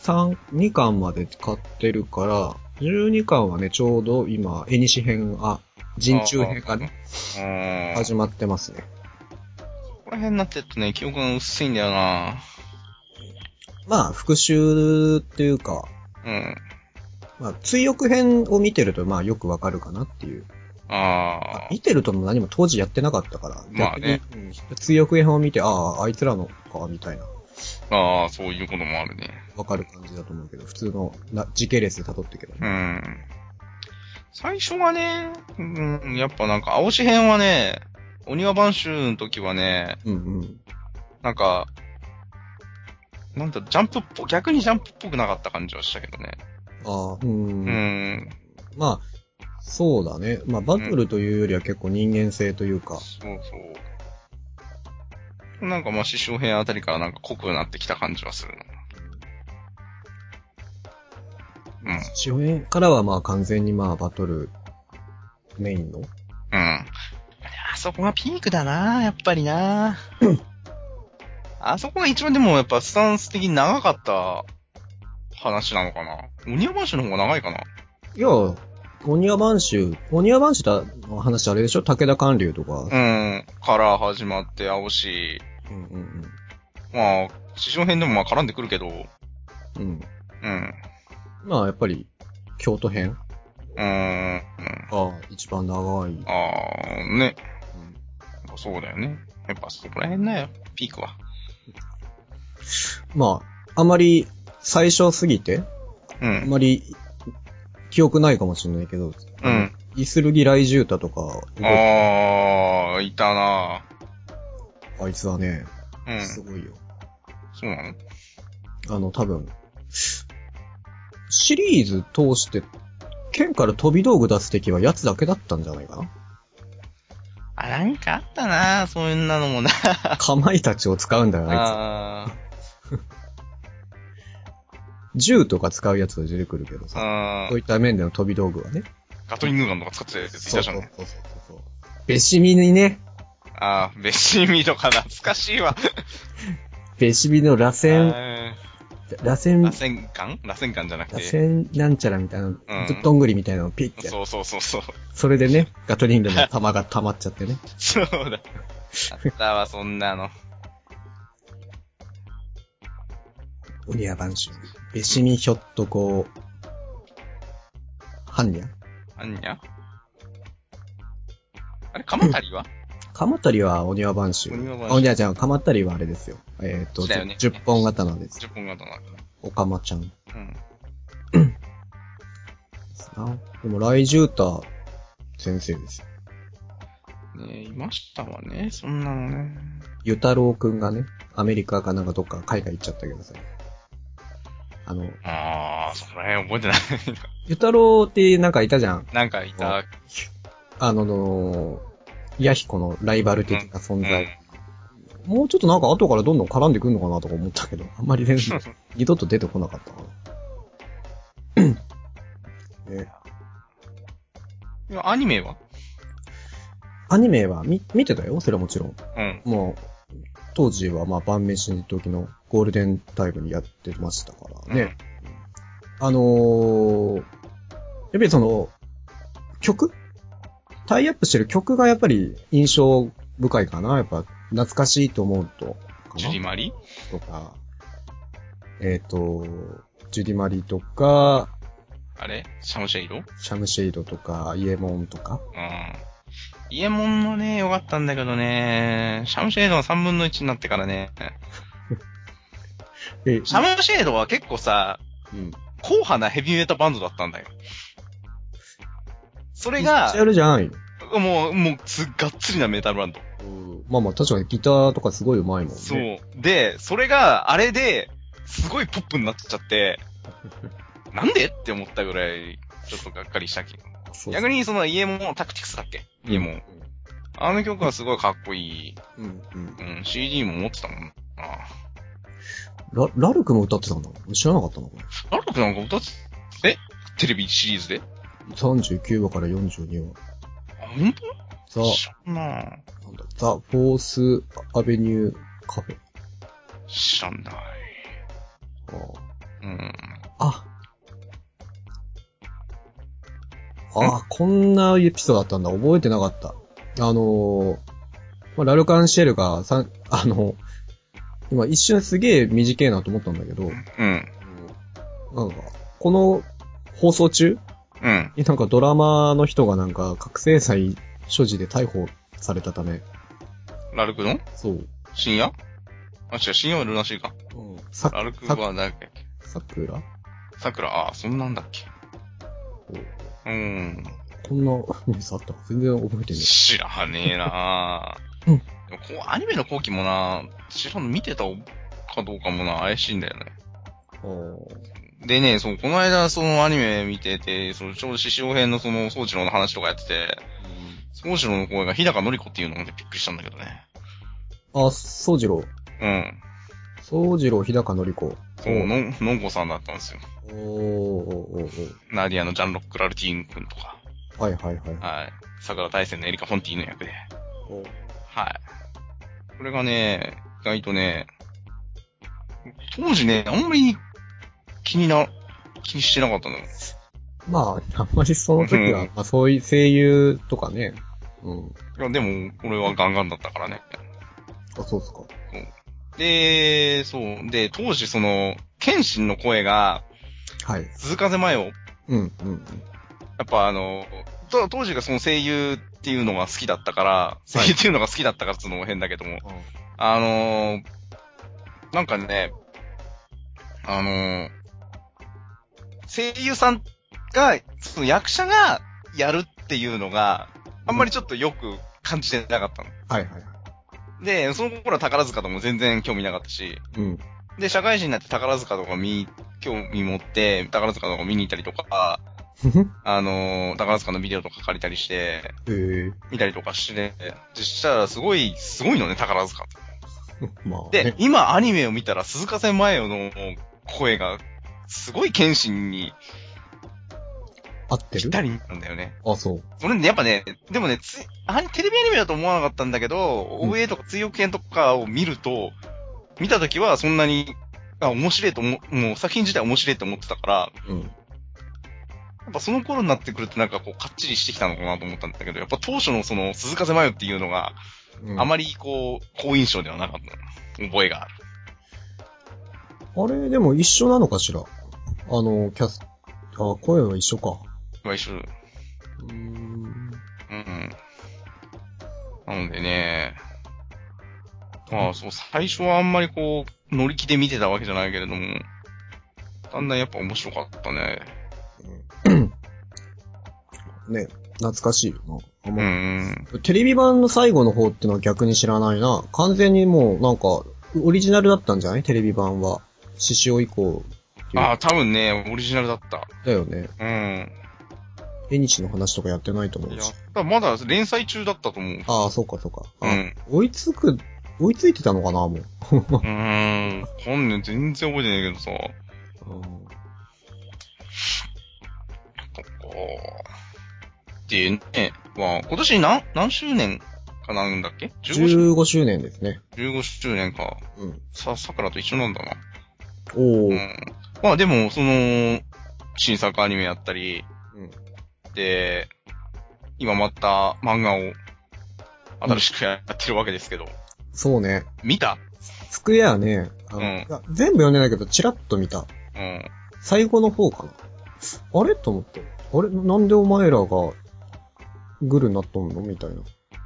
S1: 3、2巻まで買ってるから、12巻はね、ちょうど今、絵西編が、人中編がね、
S2: うん。
S1: 始まってますね。
S2: ここら辺になってるとね、記憶が薄いんだよな
S1: まあ、復習っていうか、
S2: うん。
S1: まあ、追憶編を見てると、まあ、よくわかるかなっていう。
S2: ああ。
S1: 見てるとも何も当時やってなかったから、
S2: まあね
S1: 逆に、うん追憶編を見て、ああ、あいつらのか、みたいな、
S2: ああ、そういうこともあるね。
S1: わかる感じだと思うけど、普通のな時系列で辿っていけばね。
S2: うん。最初はね、うん、やっぱなんか、青紙編はね、鬼は番集の時はね、
S1: うんうん。
S2: なんか、なんだ、ジャンプっぽ、逆にジャンプっぽくなかった感じはしたけどね。
S1: ああ、うん。
S2: うん。
S1: まあ、そうだね。まあ、バトルというよりは結構人間性というか、
S2: そうそう。なんかまあ、師匠編あたりからなんか濃くなってきた感じはするな。うん。
S1: 初編からはまあ完全にまあバトルメインの。
S2: うん。あそこがピークだなやっぱりなあそこが一番でもやっぱスタンス的に長かった話なのかな鬼山氏の方が長いかない
S1: や、鬼屋番衆、鬼屋番衆だの話あれでしょ武田関流とか。
S2: うん。から始まって、青し、
S1: うんうん
S2: まあ、師匠編でもまあ絡んでくるけど、
S1: うん。うん。
S2: うん。
S1: まあやっぱり、京都編
S2: うーん。
S1: が一番長い。
S2: あー、ね。そうだよね。やっぱそこら辺だよ。ピークは。
S1: まあ、あまり最初すぎて、
S2: う
S1: あ
S2: ん。
S1: まり記憶ないかもしれないけど、
S2: うん。
S1: イスルギライジュータとか、
S2: あー、いたな
S1: あいつはね、
S2: うん。
S1: すごいよ。
S2: そうなの
S1: あの、多分、シリーズ通して、剣から飛び道具出す敵は奴だけだったんじゃないか
S2: あ、なんかあったなそういうなのもな [laughs]
S1: なかまいたちを使うんだよ、あい
S2: あ
S1: つ。銃とか使うやつが出てくるけど
S2: ー
S1: さ。
S2: あ
S1: そういった面での飛び道具はね。
S2: ガトリングガンとか使ってたやついたじゃんね。
S1: そうそうそうそう。べしみにね、
S2: ああ、ベシミとか懐かしいわ。
S1: べしみの螺旋、
S2: あ
S1: 螺
S2: ー
S1: 旋
S2: 螺、旋艦螺旋艦じゃなく
S1: 螺
S2: て。
S1: 旋なんちゃらみたいな、どんぐりみたいなのをピッてやる。
S2: そうそうそうそう。
S1: それでね、ガトリングの弾が溜まっちゃってね。
S2: そうだ。あったわ、そんなの。
S1: 鬼や番衆。べしみひょっとこう、はんにゃ
S2: あんにゃあれ、鎌足りは
S1: カマタリはお庭番衆。
S2: お庭番衆
S1: あ、いや、じゃあ、カマタリはあれですよ。えっ、と、
S2: だよね
S1: じゅ10本型なんです。
S2: ?10 本型な。
S1: おかまちゃんで
S2: うん。
S1: すな。でも、ライジュータ先生ですよ。
S2: ねえいましたわね、そんなのね。
S1: ユタロウくんがね、アメリカかなんかどっか海外行っちゃったけどさ。あの、
S2: ああ、そこら辺覚えてない。
S1: ユタロウってなんかいたじゃん。
S2: なんか
S1: [laughs]
S2: いた。
S1: あのの、ヤヒコのライバル的な存在。もうちょっとなんか後からどんどん絡んでくるのかなとか思ったけど、あんまり全然、二度と出てこなかったかな。ね
S2: うんアニメは
S1: アニメは見見てたよ、それはもちろん。
S2: うん。
S1: もう、当時はまあ晩飯の時のゴールデンタイムにやってましたからね。あのー、やっぱりその、曲タイアップしてる曲がやっぱり印象深いかな。やっぱ懐かしいと思うと、か
S2: ジュリ
S1: な
S2: マリ
S1: とか、えっ、と、ジュディマリとか、
S2: あれシャムシェイドうん。
S1: シャムシェイドとか、イエモンとか、
S2: イエモンのね、良かったんだけどね、シャムシェイドが3分の1になってからね、
S1: え、
S2: シャムシェイドは結構さ、
S1: うん。
S2: 硬派なヘビーメタバンドだったんだよ。それ
S1: めっ
S2: が
S1: ちゃ、やるじゃない
S2: もう、もう、つ、がっつりなメタルバンド。
S1: まあまあ確かにギターとかすごい上手いもんね。
S2: そう。で、それが、あれで、すごいポップになっちゃって、なんでって思ったぐらい、ちょっとがっかりしたけど。
S1: そう。
S2: 逆に、その、イエモン、タクティクスだっけイエモン。あの曲はすごいかっこいい。
S1: うん。うん。
S2: うん、CD も持ってたもんな。
S1: ラ、ラルクも歌ってたんだ。知らなかったな、これ。
S2: ラルクなんか歌って、えテレビシリーズで
S1: 39話から42話。
S2: あ、ほんと
S1: ザ、
S2: 知らんな
S1: なんだ、ザ・フォース・アベニュー・カフェ。
S2: 知らない。
S1: あー
S2: うん。
S1: あ。ああ、こんなエピソードだったんだ。覚えてなかった。あのーまあ、ラルカンシェルが、さんあの、今一瞬すげえ短いなと思ったんだけど、
S2: うん。
S1: なんか、この放送中
S2: うん。
S1: になんかドラマーの人がなんか覚醒剤所持で逮捕されたため、
S2: ラルクの
S1: そう。
S2: 深夜あ、違う、深夜はルナシーか。
S1: うん、さ
S2: ラルク
S1: さ
S2: は誰だっけ
S1: 桜
S2: 桜、ああ、そんなんだっけ。うん。
S1: こんなニュースあったか全然覚えてない。
S2: 知らねえなぁ。
S1: うん
S2: でもこうアニメの後期もな知らんの見てたかどうかもな怪しいんだよね。
S1: あー
S2: でね、そう、この間、そのアニメ見てて、その、ちょうど獅子王編のその、宗次郎の話とかやってて、宗次郎の声が日高のり子っていうのでびっくりしたんだけどね。
S1: あ、宗次郎。
S2: うん。
S1: 宗次郎、日高のり子。
S2: そう、のん、のんこさんだったんですよ。
S1: おーおーおー
S2: ナディアのジャンロック・ラルティーン君とか、
S1: おーはいはいはい。
S2: はい。桜大戦のエリカ・フォンティーの役で、
S1: おー
S2: はい。これがね、意外とね、当時ね、あんまり気にな、気にしてなかったのよ。
S1: まあ、あんまりその時は、
S2: うん
S1: まあそういう声優とかね。うん。
S2: いや、でも、俺はガンガンだったからね。
S1: あ、そうっすか。
S2: で、そう。で、当時その、剣心の声が、
S1: はい。
S2: 鈴風前を、や
S1: うん、うん。
S2: っぱあの、と当時がその声優っていうのが好きだったから、声優っていうのが好きだったからっていうのも変だけども、あのーなんかね、あのー声優さんが、その役者がやるっていうのが、あんまりちょっとよく感じてなかったの。
S1: はいはいはい。
S2: で、その頃は宝塚とも全然興味なかったし、
S1: うん。
S2: で、社会人になって宝塚とか見、興味持って、宝塚とか見に行ったりとか、
S1: ふふ。
S2: あのー宝塚のビデオとか借りたりして、
S1: えー。
S2: 見たりとかして、でしたらすごい、すごいのね、宝塚。
S1: まあ、
S2: で
S1: ね。、
S2: 今アニメを見たら鈴風前の声が、すごい剣心に
S1: 合って
S2: ぴっ
S1: る
S2: たりなんだよね。
S1: あ、そう。
S2: それね、やっぱね、でもね、つあれテレビアニメだと思わなかったんだけど、
S1: うん
S2: OA とか追憶編とかを見ると、見たときはそんなに、あ、面白いと思う、もう作品自体面白いと思ってたから、
S1: うん。
S2: やっぱその頃になってくるとなんかこう、かっちりしてきたのかなと思ったんだけど、やっぱ当初のその、鈴風真世っていうのが、
S1: うん、
S2: あまりこう、好印象ではなかった。覚えがある。
S1: あれ、でも一緒なのかしらあの、キャス、あ、声は一緒か。
S2: 毎週。う
S1: うーん。
S2: ん。なのでね、まあそう、最初はあんまりこう、乗り気で見てたわけじゃないけれども、だんだんやっぱ面白かったね。
S1: ね、懐かしいよな。あん
S2: う
S1: ま
S2: ん。
S1: テレビ版の最後の方ってのは逆に知らないな。完全にもうなんか、オリジナルだったんじゃないテレビ版は。獅子王以降っていう
S2: ああ、多分ね、オリジナルだった。
S1: だよね。
S2: うん。
S1: 縁日の話とかやってないと思
S2: いうや
S1: し。、
S2: まだ連載中だったと思う。
S1: ああ、そうかそうか。
S2: う
S1: あ
S2: ん。
S1: 追いつく、追いついてたのかな、もう。
S2: うーん。本年全然覚えてないけどさ。ここでね、まあ、今年何、何周年かなんだっけ ?15 周
S1: 15周年ですね。
S2: 15周年か。
S1: うん。
S2: さ、桜と一緒なんだな。
S1: お
S2: う
S1: ー。
S2: ん。まあでも、その、新作アニメやったり、
S1: うん
S2: で、今また漫画を新しくやってるわけですけど、
S1: そうね。
S2: 見た
S1: スクエアね、あの
S2: うん
S1: いや全部読んでないけど、チラッと見た。
S2: うん。
S1: 最後の方かな。あれと思って。あれなんでお前らが、グルになっとんのみたいな。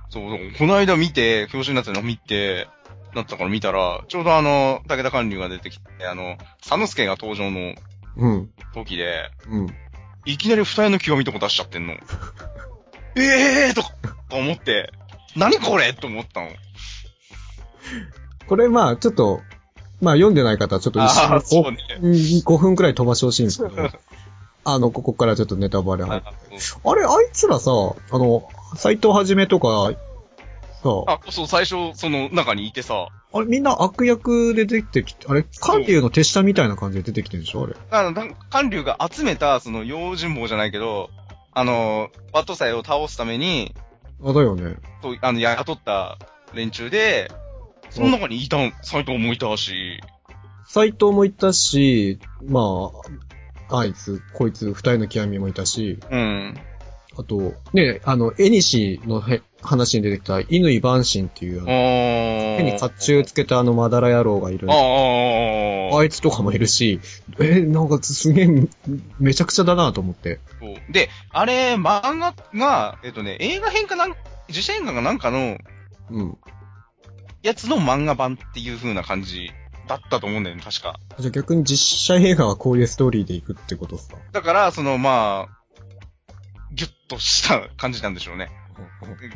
S2: そう、そうこの間見て、表紙になったの見て、なったから見たら、ちょうどあの、武田官流が出てきて、あの、佐之助が登場の
S1: うん。
S2: 時で、
S1: うん。
S2: いきなり二重の極みとか出しちゃって [laughs] んの。ええーとか、と思って、何これと思ったの。
S1: これ、まあ、ちょっと、まあ、読んでない方はちょっと一
S2: ああー、
S1: 瞬
S2: そうね。
S1: 5、5分くらい飛ばしてほしいんですけ
S2: [laughs]
S1: ど、あの、ここからちょっとネタバレ入る。あれ、あいつらさ、あの、斎藤はじめとか、さ、あ
S2: あ、そう、最初、その中にいてさ、
S1: れ、みんな悪役で出てきて、あれ、関係の手下みたいな感じで出てきてるんでしょあれ。
S2: あの、なん官流が集めた、その、用心棒じゃないけど、あの、バットサイを倒すために、
S1: あ、だよね。
S2: そう、あの、雇った連中で、その中にいたん、斎藤もいたし、
S1: 斎藤もいたし、まあ、あいつ、こいつ、二人の極みもいたし、
S2: うん。
S1: あと、ね、あの、絵西のへ話に出てきた、乾万神っていう、あ
S2: あ
S1: の
S2: ー
S1: 手に甲冑つけたあのまだら野郎がいる
S2: あ。ああ。
S1: あいつとかもいるし、えーなんかすげえ、めちゃくちゃだなと思って。
S2: そうで、あれ、漫画が、えっとね、映画編かなん、自社映画かなんかの
S1: うん。
S2: やつの漫画版っていう風な感じだったと思うんだよね、確か。
S1: じゃあ逆に実写映画はこういうストーリーで行くってことっすか
S2: だから、その、まあ、ギュッとした感じなんでしょうね。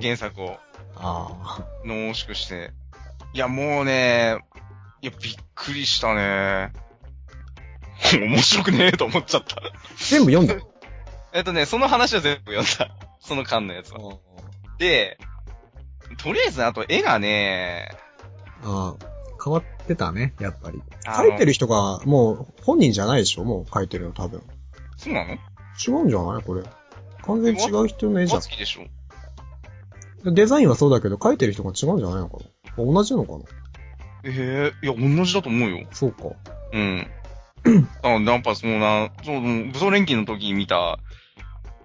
S2: 原作を
S1: あ
S2: 濃縮して。いや、もうね、いや、びっくりしたね。面白くねえと思っちゃった。
S1: あ。全部読んだ
S2: えっとね、その話は全部読んだ。その間のやつは。で、とりあえず、あと絵がね、
S1: ああ。変わってたね、やっぱり。
S2: あ
S1: 書
S2: の
S1: いてる人が、もう、本人じゃないでしょもう書いてるの、多分。
S2: そうなの
S1: 違うんじゃないこれ。完全に違う人の絵じ
S2: 大
S1: ゃ
S2: 月でしょ
S1: ん。デザインはそうだけど、書いてる人が違うんじゃないのかな同じなのかな
S2: ええいや、同じだと思うよ。
S1: そうか。
S2: うん。あやっぱそのな、そう、武装連勤の時に見た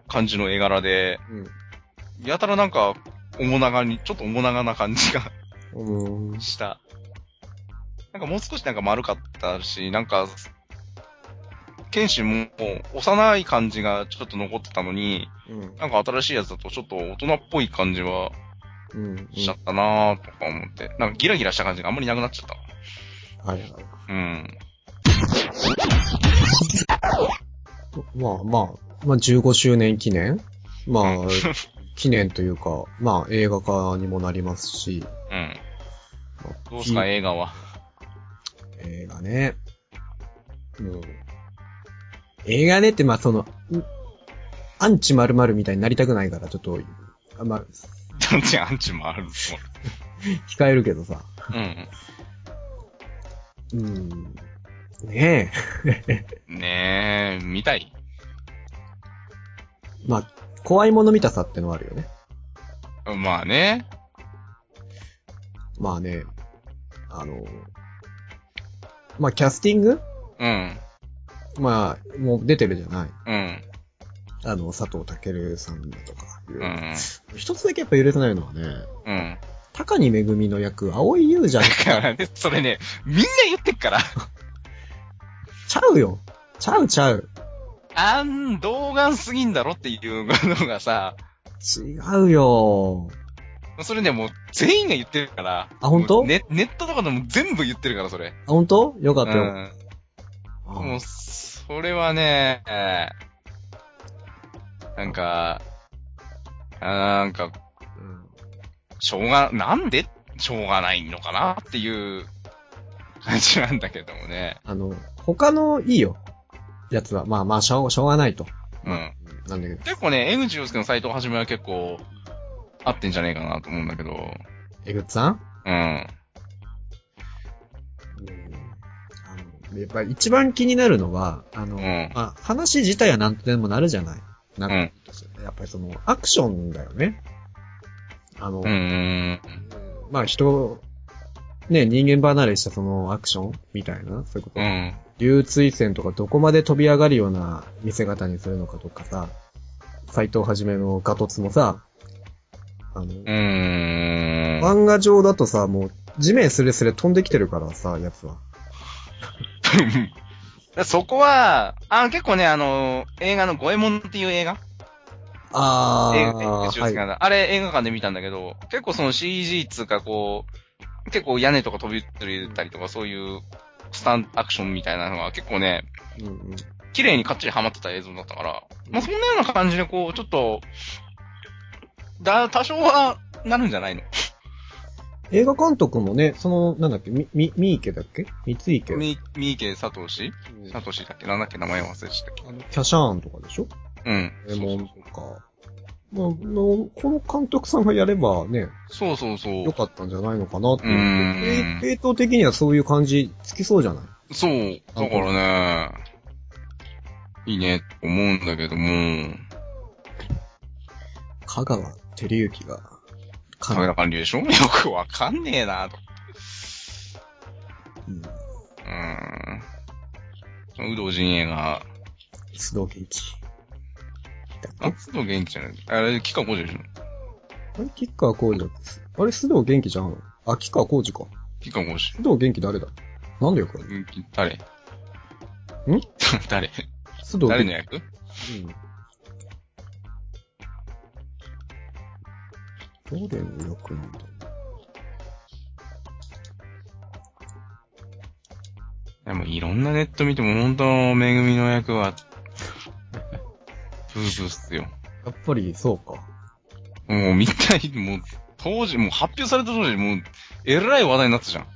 S2: 感じの絵柄で、やたらなんか、おもながに、ちょっとおもながな感じが [laughs]
S1: うん。うーん。
S2: した。なんかもう少しなんか丸かったし、なんか、剣心も幼い感じがちょっと残ってたのに、
S1: うん。
S2: なんか新しいやつだとちょっと大人っぽい感じは
S1: うん。
S2: しちゃったなーとか思って、なんかギラギラした感じがあんまりなくなっちゃった。
S1: はいはい。
S2: うん。
S1: まあまあ、まあ15周年記念まあ、 [laughs] 記念というか、まあ映画化にもなりますし、
S2: うん。どうすか、映画は。 [laughs]
S1: 映画ね。うん。映画ねって、まあその、んアンチ〇〇みたいになりたくないから、ちょっと、あんま
S2: ダンチアンチもあるぞ。
S1: 控えるけどさ。
S2: うん。
S1: うん。ねえ。
S2: ねえ、見たい。
S1: まあ、怖いもの見たさってのはあるよね。
S2: まあね。
S1: まあね、あの、まあキャスティング
S2: うん。
S1: まあ、もう出てるじゃない。
S2: うん。
S1: あの、佐藤健さんだとかいう、
S2: うん。
S1: 一つだけやっぱ許せないのはね、
S2: うん。
S1: 高にめぐみの役、青井優じゃん、
S2: だからね、それね、みんな言ってっから。
S1: ちゃうよ。ちゃうちゃう。
S2: あん、童顔すぎんだろっていうのがさ、
S1: 違うよ。
S2: それね、もう全員が言ってるから。
S1: あ本当
S2: もうネネットとかでも全部言ってるから、それ。
S1: あ、本当よかったよ。
S2: う
S1: あ
S2: ん。もう、それはね、なんか、あなんか、
S1: うん
S2: しょうが、なんでしょうがないのかなっていう感じなんだけどもね。
S1: あの、他のいいよ。やつは、まあまあ、しょう、しょうがないと。
S2: うん。
S1: なんだけど。
S2: 結構ね、江口洋介の斎藤はじめは結構、合ってんじゃねえかなと思うんだけど。
S1: えぐっさん
S2: うん。
S1: あの、やっぱ一番気になるのは、あの、
S2: うん
S1: まあ、話自体はなんとでもなるじゃない。な
S2: うん。
S1: やっぱりその、アクションだよね。あの、
S2: うんうん。
S1: まあ人、ね、人間離れしたそのアクションみたいな、そういうこと。
S2: うん。
S1: 流追線とかどこまで飛び上がるような見せ方にするのかとかさ、斎藤はじめのガトツもさ、あの、
S2: うーん。
S1: 漫画上だとさ、もう地面すれすれ飛んできてるからさ、やつは。
S2: [laughs] そこは、あ結構ね、あの、映画の五右衛門っていう映画
S1: あ
S2: 映
S1: ー、
S2: 画映画
S1: はい。
S2: あれ映画館で見たんだけど、結構その CG っつうかこう、結構屋根とか飛び移ったりとかそういうスタンドアクションみたいなのが結構ね、
S1: うんうん
S2: 綺麗にかっちりハマってた映像だったから、まあそんなような感じでこう、ちょっと、だ、多少は、なるんじゃないの
S1: 映画監督もね、その、なんだっけ、み、み、三池だっけ三井池。
S2: み、三池佐藤氏
S1: うん
S2: 佐藤氏だっけなんだっけ名前忘れちゃったっけ
S1: あの、キャシャーンとかでしょ
S2: うん。
S1: レモンとか。まあ、のこの監督さんがやればね、
S2: そうそうそう。
S1: 良かったんじゃないのかなっていうう。
S2: ん
S1: 系統的にはそういう感じつきそうじゃない
S2: そう。だからね、いいね、思うんだけども、
S1: 香川照之が、
S2: カメラ管理でしょよくわかんねえなと。
S1: うん、
S2: うーん。その有働陣営が、
S1: 須藤元気。
S2: あ、須藤元気じゃないあれ、吉川晃司でしょ
S1: あれ、キッカー工事です。あれ、須藤元気じゃん。あ、キッカー工事か。
S2: 吉川晃司。
S1: 須藤元気誰だなんだよ、これ。
S2: 元気誰ん [laughs] 誰
S1: 須藤
S2: 誰
S1: 元気。
S2: の役
S1: うん。どれの役なんだろ
S2: でもいろんなネット見ても本当のめぐみの役は、ブーブーっすよ。
S1: うやっぱり、そうか。
S2: もうみたい、もう当時、もう発表された当時、もう、えらい話題になってたじゃん。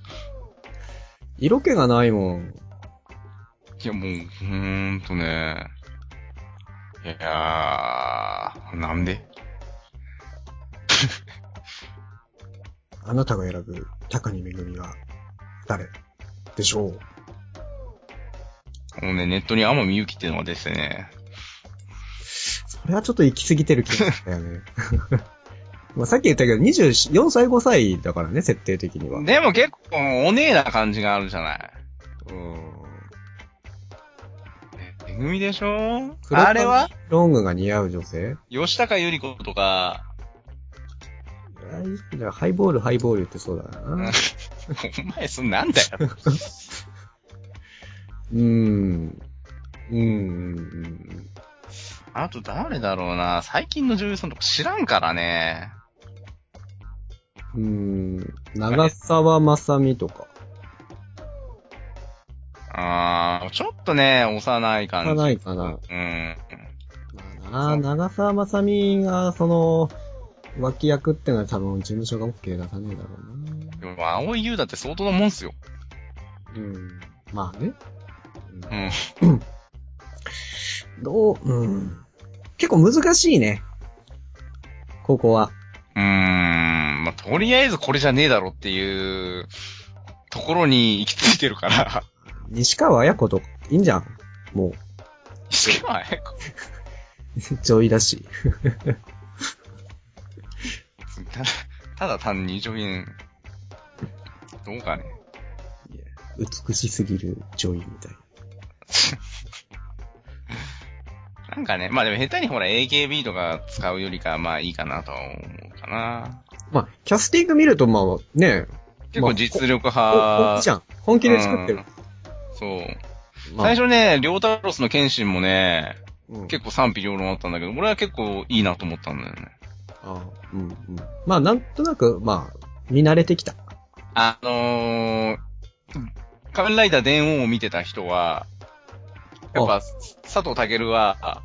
S1: 色気がないもん。
S2: いやもう、ほーんとね。いやー、なんで
S1: あなたが選ぶ、高にめぐみは、誰でしょう
S2: もうね、ネットに天海祐希っていうのが出ててね。
S1: それはちょっと行き過ぎてる気がしたよね。 [laughs] まあさっき言ったけど、24歳、5歳だからね、設定的には。
S2: でも結構、お姉な感じがあるじゃない。
S1: うん。
S2: えぐみでしょ
S1: 黒
S2: あれは
S1: ロングが似合う女性
S2: 吉高由里子とか、
S1: いやハイボール、ハイボールってそうだな。
S2: お前、そんなんだよ。
S1: うん。うん。うん。
S2: [laughs] あと誰だろうな。最近の女優さんとか知らんからね。
S1: うん。長澤まさみとか。
S2: あー、ちょっとね、幼い感じ。
S1: かないかな。
S2: うん。
S1: まあな、長澤まさみが、その、脇役ってのは多分事務所が OK 出さねえだろ
S2: でも、青井優だって相当なもんっすよ。
S1: うな。うん。まあね。うん
S2: うん。
S1: どう、うん。結構難しいね。ここは。
S2: うーん、まあ、とりあえずこれじゃねえだろっていうところに行き着いてるから。 [laughs]
S1: 西川綾子と、いいんじゃん。も
S2: 石川綾子
S1: う、 [laughs] 上位だし。
S2: ただただ単に上演。どうかね。
S1: 美しすぎる上位みたい。
S2: なんかね、まあでも下手にほら AKB とか使うよりかまあいいかなとは思うかな。
S1: まあ、キャスティング見ると、まあ、ね
S2: 結構実力
S1: お本気じ
S2: 派。
S1: ゃん。本気で作ってる。
S2: そう。
S1: まあ
S2: 最初ね、両太郎スの剣心もね、
S1: うん
S2: 結構賛否両論あったんだけど、俺は結構いいなと思ったんだよね。
S1: ああうんうん。まあ、なんとなく、まあ、見慣れてきた。
S2: あのー、仮面ライダー伝王を見てた人は、やっぱ、佐藤健は、あ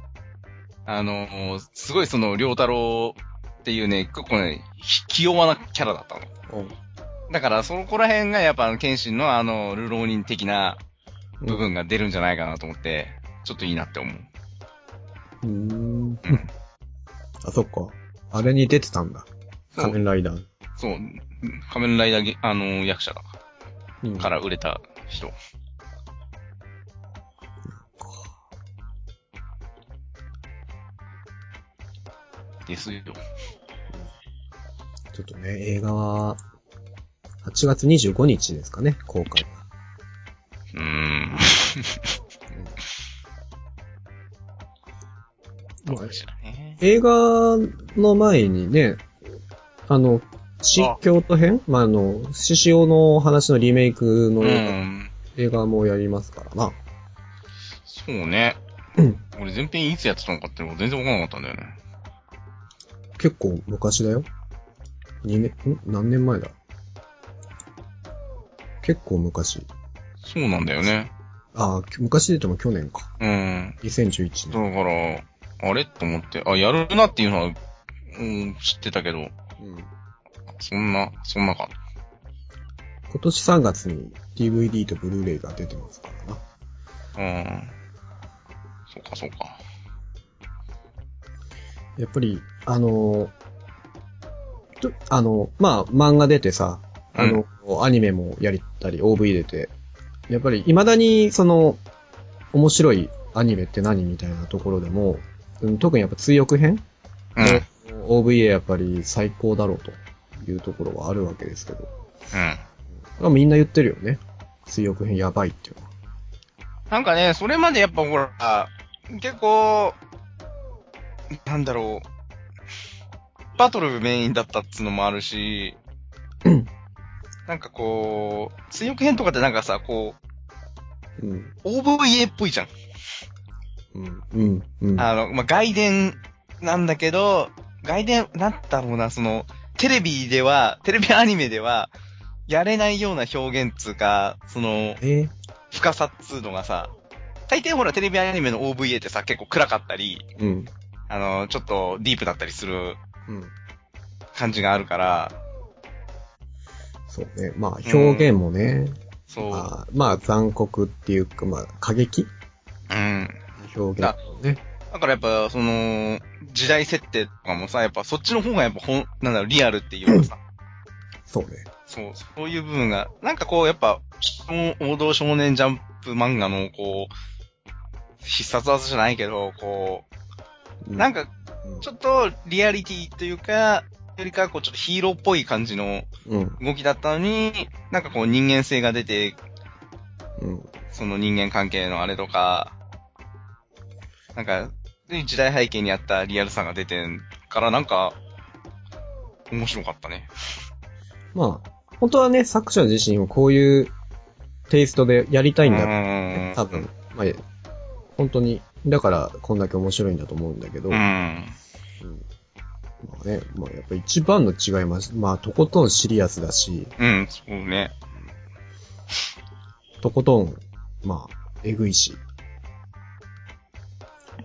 S2: あのー、すごいその、良太郎っていうね、結構ね、ひ器用なキャラだったの。だから、そこら辺がやっぱ、謙信のあの、流浪人的な部分が出るんじゃないかなと思って、ちょっといいなって思う。
S1: うん。うーん
S2: うん
S1: [laughs] あ、そっか。あれに出てたんだ。
S2: そう
S1: 仮面ライダー。
S2: そう、仮面ライダーげ、あのー、役者だ
S1: うん
S2: から売れた人。ですよ。
S1: ちょっとね、映画は、8月25日ですかね、公開が。
S2: うーん。どうかしらね。
S1: 映画の前にね、あの、新京都編まあ、あの、獅子王の話のリメイク
S2: う
S1: の映
S2: ん。
S1: 画,、もやりますからな。
S2: そうね
S1: うん。
S2: 俺前編いつやってたのかっての全然わからなかったんだよね。
S1: 結構昔だよ。2年、ん何年前だ結構昔。
S2: そうなんだよね。
S1: ああ、き昔で言っても去年か。
S2: うん。
S1: 2011
S2: だ
S1: 年。
S2: から、あれと思って、あ、やるなっていうのは、うん、知ってたけど、
S1: うん
S2: そんな、そんなか。
S1: 今年3月に DVD とブルーレイが出てますからな。
S2: うん。そうか、そうか。
S1: やっぱり、あのー、とあの、まあ、漫画出てさ、あの、アニメもやりたり、OV 出て、やっぱり未だに、その、面白いアニメって何みたいなところでも、うん特にやっぱ追憶編
S2: うん。
S1: で OVA やっぱり最高だろうというところはあるわけですけど。
S2: うん。
S1: まあ、みんな言ってるよね。水翼編やばいっていうのは。
S2: なんかね、それまでやっぱほら、結構、なんだろう、バトルメインだったっつうのもあるし、なんかこう、水翼編とかってなんかさ、こ
S1: うん。
S2: う、OVA っぽいじゃん。
S1: うん。うん。うん。
S2: あの、まあ、外伝なんだけど、外伝、なんだろうな、その、テレビでは、テレビアニメでは、やれないような表現っつうか、その、
S1: え
S2: 深さっつうのがさ、大抵ほらテレビアニメの OVA ってさ、結構暗かったり、
S1: うん。
S2: あの、ちょっとディープだったりする
S1: うん。
S2: 感じがあるから、
S1: そうね。まあ、表現もね、
S2: そう。
S1: まあ、まあ、残酷っていうか、まあ、過激
S2: うん。
S1: 表現もね。
S2: だからやっぱ、その、時代設定とかもさ、やっぱそっちの方がやっぱ本、なんだろう、リアルっていうかさ、
S1: そうね。
S2: そう、そういう部分が、なんかこう、やっぱ、王道少年ジャンプ漫画の、こう、必殺技じゃないけど、こう、なん
S1: か、
S2: か、ちょっとリアリティというか、よりか、こう、ちょっとヒーローっぽい感じの
S1: うん。
S2: 動きだったのに、なんかこう人間性が出て、
S1: うん。
S2: その人間関係のあれとか、なんか、時代背景にあったリアルさが出てんから、なんか、面白かったね。
S1: まあ、本当はね、作者自身をこういうテイストでやりたいんだろう
S2: う
S1: ね
S2: ん。
S1: 多分。。まあ、本当に、だからこんだけ面白いんだと思うんだけど、
S2: う
S1: ま
S2: ん。
S1: あね、まあやっぱ一番の違いは、まあとことんシリアスだし、
S2: うん、そうね。
S1: とことん、まあ、えぐいし。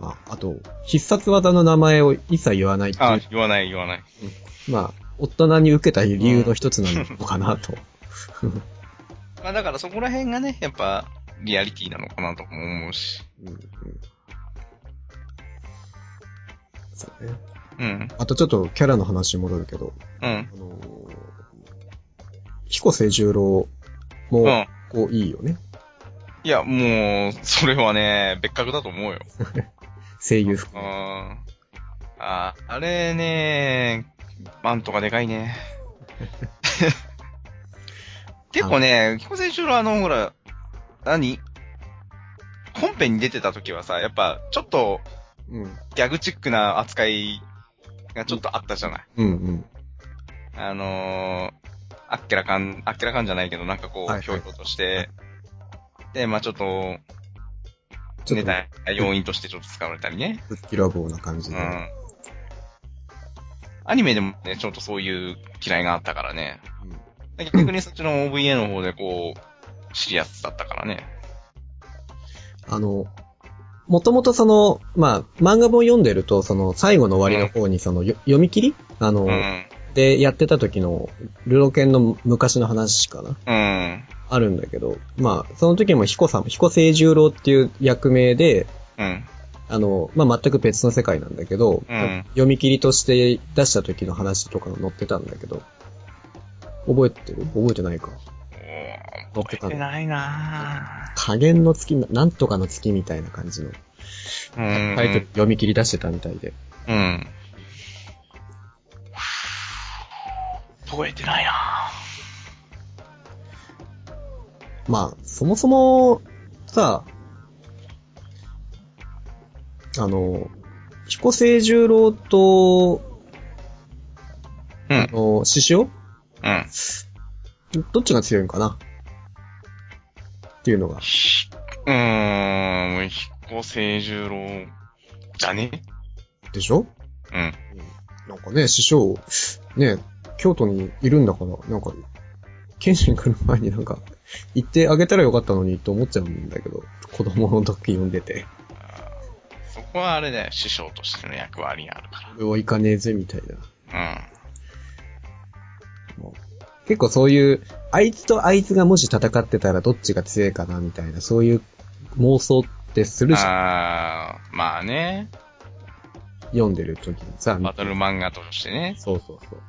S1: まあ、あと、必殺技の名前を一切言わないってい
S2: あ
S1: う、、
S2: 言わない言わない。
S1: まあ、大人に受けた理由の一つなのかなと。
S2: まあだからそこら辺がね、やっぱ、リアリティなのかなとも思うし。
S1: うんうんそうね。
S2: うん。
S1: [laughs] あとちょっとキャラの話に戻るけど、
S2: うん。
S1: あのー彦星十郎も、
S2: うん。
S1: こう、いいよね。
S2: いや、もう、それはね、別格だと思うよ。
S1: 声優服。
S2: あーあー、あれね、マントがでかいね。結構ね、彦星中郎あの、ほら、何本編に出てた時はさ、やっぱ、ちょっと
S1: うん。うん
S2: ギャグチックな扱いがちょっとあったじゃない。
S1: うん。
S2: あのー、あっけらかん、あっけらかんじゃないけど、なんか
S1: は
S2: こ
S1: いは
S2: う、
S1: い
S2: ひょうひょうとして、で、まあちょっと、
S1: ちょっ
S2: ネ
S1: と、
S2: タ、要因としてちょっと使われたりね。
S1: ぶっきらぼうな感じ
S2: う
S1: で。
S2: ん。アニメでもね、ちょっとそういう嫌いがあったからね。
S1: うん
S2: 逆にそっちの OVA の方でこう、シリアスだったからね。
S1: あの、もともとその、まあ、漫画本読んでると、その、最後の終わりの方に、その、よ読み切りあの、
S2: うん。
S1: で、やってた時の、ルロケンの昔の話かな
S2: うん。
S1: あるんだけど、まあ、その時も彦さん、彦星十郎っていう役名で、
S2: うん。
S1: あの、まあ、全く別の世界なんだけど、
S2: うん
S1: 読み切りとして出した時の話とかが載ってたんだけど、覚えてる覚えてないか。
S2: お
S1: 乗っ
S2: ー覚
S1: て
S2: え
S1: たの
S2: てないな
S1: 加減の月、なんとかの月みたいな感じの
S2: ぁ。
S1: タイトル読み切り出してたみたいで。
S2: うん。うん。覚えてないな
S1: まあ、そもそも、さ、あの、彦星十郎と、
S2: ぁ。う
S1: あ
S2: ん。
S1: の、獅子王
S2: うん。
S1: どっちが強いのかなっていうのが。
S2: ひうーん。彦星十郎。だね。
S1: でしょ
S2: うん。
S1: なんかね、師匠、ね、京都にいるんだから、なんか、剣心来る前になんか、行ってあげたらよかったのにと思っちゃうんだけど、子供の時読んでて、
S2: そこはあれだよ。師匠としての役割があるか
S1: 俺は行かねえぜみたいな。
S2: ら。うん。
S1: 結構そういう、あいつとあいつがもし戦ってたらどっちが強いかなみたいな、そういう妄想ってするし、
S2: ああ、まあね。
S1: 読んでる時にさ、
S2: バトル漫画としてね。
S1: そうそうそう。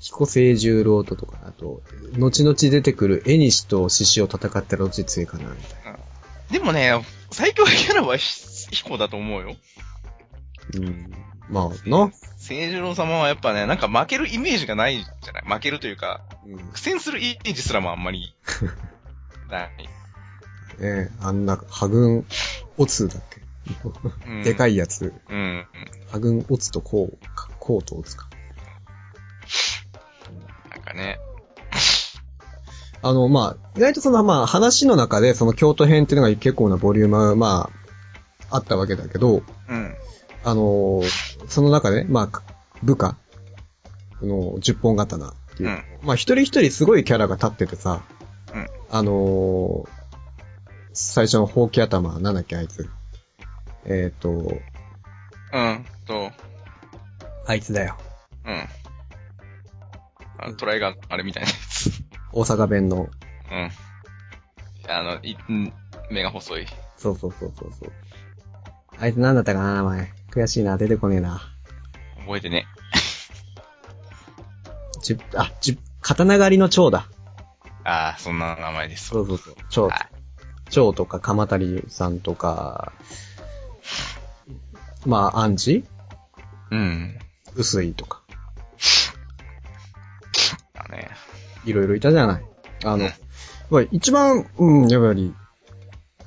S1: 彦星十郎ととか、あと、後々出てくる絵西と獅子を戦ったらどっち強いかなみたい
S2: でもね、最強キャラはひ彦だと思うよ。
S1: な。うん。まあ、な。
S2: 清十郎様はやっぱね、なんか負けるイメージがないじゃない負けるというか、
S1: うん
S2: 苦戦するイメージすらもあん
S1: [laughs]
S2: まり、ない。
S1: ねあんな、ハグン、オツだっけ、
S2: うん
S1: でかいやつ。
S2: うん。うん。
S1: ハグン、オツとコウか、コウとオツか。
S2: なんかね。
S1: あの、まあ、意外とその、まあ、話の中で、その京都編っていうのが結構なボリューム、まあ、あったわけだけど、
S2: うん。
S1: あのーその中で、まあ、部下の10本刀っていう、
S2: うん
S1: まあ、一人一人すごいキャラが立っててさ、
S2: うん
S1: あのー最初のほうき頭、なんだっけ、あいつ。えっ、と、
S2: うん。と、
S1: あいつだよ。
S2: うん。あのトライガン、あれみたいなやつ。
S1: 大阪弁の。
S2: うん。あの、い、ん目が細い。
S1: そうそうそうそうそう。あいつなんだったかな、名前。悔しいな、出てこねえな。
S2: 覚えてね。
S1: 十、あ、十、刀狩りの蝶だ。
S2: ああ、そんな名前です。
S1: そうそうそう。蝶
S2: はい。
S1: 蝶とか、鎌足さんとか、まあ、アンチ
S2: うん。
S1: 薄いとか、
S2: だね。
S1: いろいろいたじゃない。あの、
S2: うん
S1: やっぱり一番、うん、やっぱり、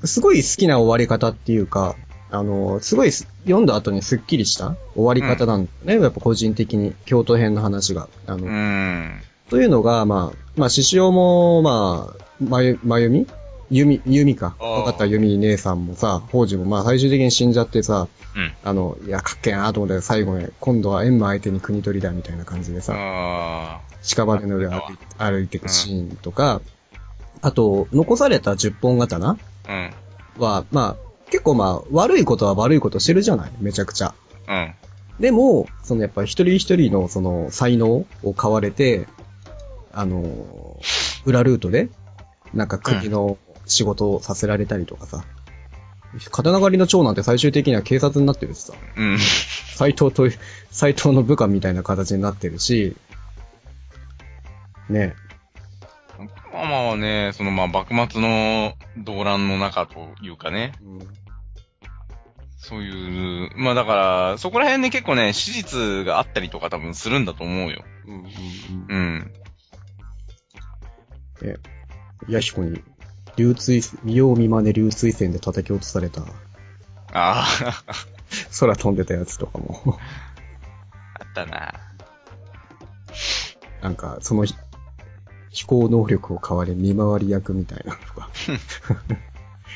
S1: すごい好きな終わり方っていうか、あの、すごいす読んだ後にスッキリした終わり方なんだね。やっぱ個人的に、京都編の話が。あの、
S2: うん。
S1: というのが、まあ、まあ、獅子王も、まあ、まゆ、まゆみ弓、弓か。
S2: ああ
S1: 分かった弓姉さんもさ、宝珠もまあ最終的に死んじゃってさ、
S2: うん。
S1: あの、いや、かっけえなと思って最後に、今度は閻魔相手に国取りだみたいな感じでさ、
S2: あ
S1: 近場での上を歩い歩いていくシーンとか、あと、残された10本刀
S2: あ。うん。
S1: は、まあ、結構まあ、悪いことは悪いことしてるじゃないめちゃくちゃ。
S2: うん。
S1: でも、そのやっぱ一人一人のその才能を買われて、あの、裏ルートで、なんか国の仕事をさせられたりとかさ、刀狩りの長なんて最終的には警察になってるしさ、
S2: うん。 [laughs]
S1: 斎藤と、斎藤の部下みたいな形になってるし、ね
S2: まあまあね、そのまあ幕末の動乱の中というかね、
S1: え、うん
S2: そういう、まあだから、そこら辺ね結構ね、史実があったりとか多分するんだと思うよ。
S1: うんうん
S2: うん。
S1: ヤヒコに、流追、見よう見まね流追戦で叩き落とされた、
S2: ああ、
S1: 空飛んでたやつとかも、
S2: [laughs] あったな。
S1: なんか、その、飛行能力を買われ見回り役みたいなのと [laughs] か。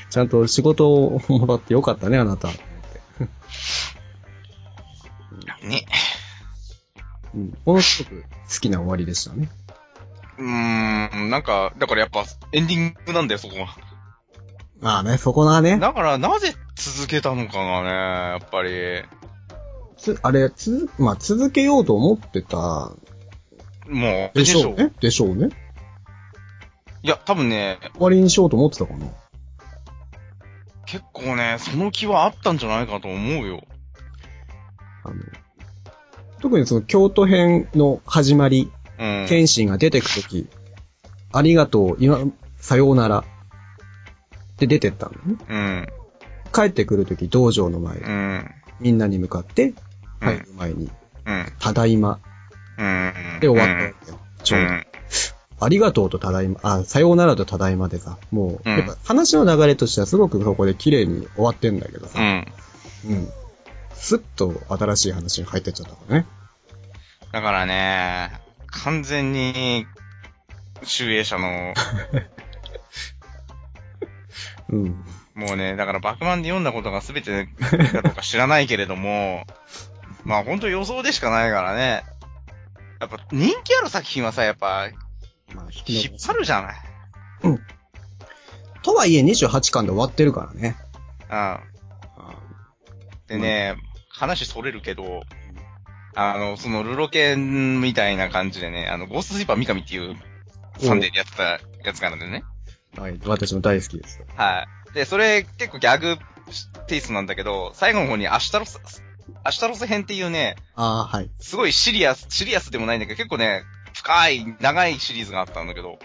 S1: ちゃんと仕事をもらってよかったね、あなた。
S2: ね。
S1: うん。ものすごく好きな終わりでしたね。
S2: うーん、なんか、だからやっぱエンディングなんだよ、そこは。
S1: まあね、そこがね、
S2: だから、なぜ続けたのかがね、やっぱり。
S1: つあれ、つまあ、続けようと思ってた
S2: もう、
S1: でしょうね。でしょうね。
S2: いや、多分ね、
S1: 終わりにしようと思ってたかな。
S2: 結構ね、その気はあったんじゃないかと思うよ。
S1: あの、特にその京都編の始まり、
S2: うん。
S1: 謙信が出てくとき、ありがとう、今、さようなら。で出てったのね。
S2: うん。
S1: 帰ってくるとき、道場の前で
S2: う、ん。
S1: みんなに向かって、
S2: うん
S1: 入る前に、
S2: うん。
S1: ただいま、
S2: うん。
S1: で終わったわけよ。ちょうどありがとうとただいま、あ、さようならとただいまでさ、もう、
S2: うん
S1: やっぱ話の流れとしてはすごくそこで綺麗に終わってんだけど
S2: うん。う
S1: さ、
S2: ん。
S1: うん。すっと新しい話に入ってっちゃったからね。
S2: だからね、完全に、集英者の、
S1: うん。
S2: もうね、だから、バクマンで読んだことが全て [laughs] かどうか知らないけれども、まあ本当予想でしかないからね。やっぱ人気ある作品はさ、やっぱ
S1: まあ、引き伸
S2: 引っ
S1: ばす
S2: 張るじゃない。
S1: とはいえ28巻で終わってるからね。
S2: うん。でね、話それるけど、あの、そのルロケンみたいな感じでね、あの、ゴーストスイーパー三上っていうサンデーでやってたやつがあるんだよね。
S1: はい、私も大好きです。
S2: はい。で、それ結構ギャグテイストなんだけど、最後の方にアシュタロス、アシュタロス編っていうね、
S1: ああ、はい。
S2: すごいシリアス、シリアスでもないんだけど、結構ね、深い、長いシリーズがあったんだけど、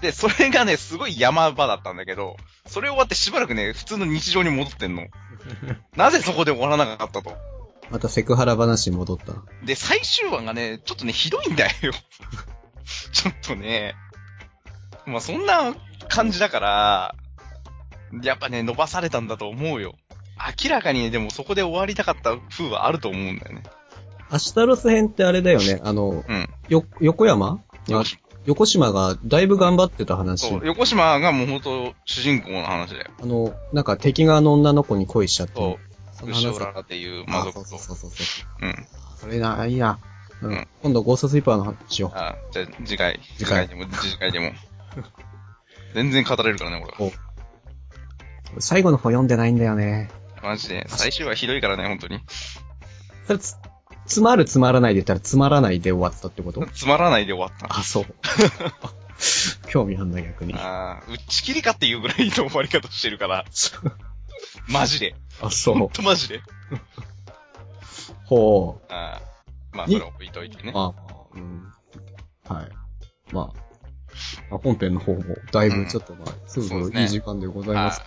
S2: で、それがね、すごい山場だったんだけど、それ終わってしばらくね、普通の日常に戻ってんの。なぜそこで終わらなかったと。
S1: またセクハラ話に戻った。
S2: で、最終話がね、ちょっとね、ひどいんだよ。 [laughs] ちょっとね、まあそんな感じだから、やっぱね、伸ばされたんだと思うよ。明らかにね、でもそこで終わりたかった風はあると思うんだよね。
S1: アシュタロス編ってあれだよね、あの、
S2: うん。
S1: よ、横山
S2: 横島
S1: 横島がだいぶ頑張ってた話。
S2: そう、横島がもう本当主人公の話だよ。
S1: あの、なんか敵側の女の子に恋しちゃって。
S2: そ、
S1: そうの
S2: 牛
S1: 話
S2: 尾ララっていう魔
S1: あそ
S2: 族
S1: うそ
S2: と
S1: う。そうそう。
S2: うん。
S1: それな、いいな。う
S2: うん
S1: ん、今度ゴーストスイーパーの話しよう。
S2: あ、じゃあ次回、
S1: 次
S2: 次回
S1: 回
S2: でも、次回でも。 [laughs] 全然語れるからね、俺は。
S1: 最後の方読んでないんだよね。
S2: マジで。最終話ひどいからね、本当に。
S1: それつ、つまるつまらないで言ったらつまらないで終わったってこと
S2: つまらないで終わった。
S1: あ、そう。
S2: [laughs]
S1: 興味あんな逆に。
S2: ああ、打ち切りかっていうぐらいの終わり方してるから。マジで。
S1: あ、そ
S2: ほん
S1: う。
S2: とマジで。
S1: ほ
S2: ああまあ、それ置いといて
S1: う。
S2: ね。
S1: まあ、うん。はい。まあ、まあ、本編の方も、だいぶちょっとまあ、そろそ
S2: そう
S1: ろ
S2: ですね
S1: いい時間でございます。
S2: あ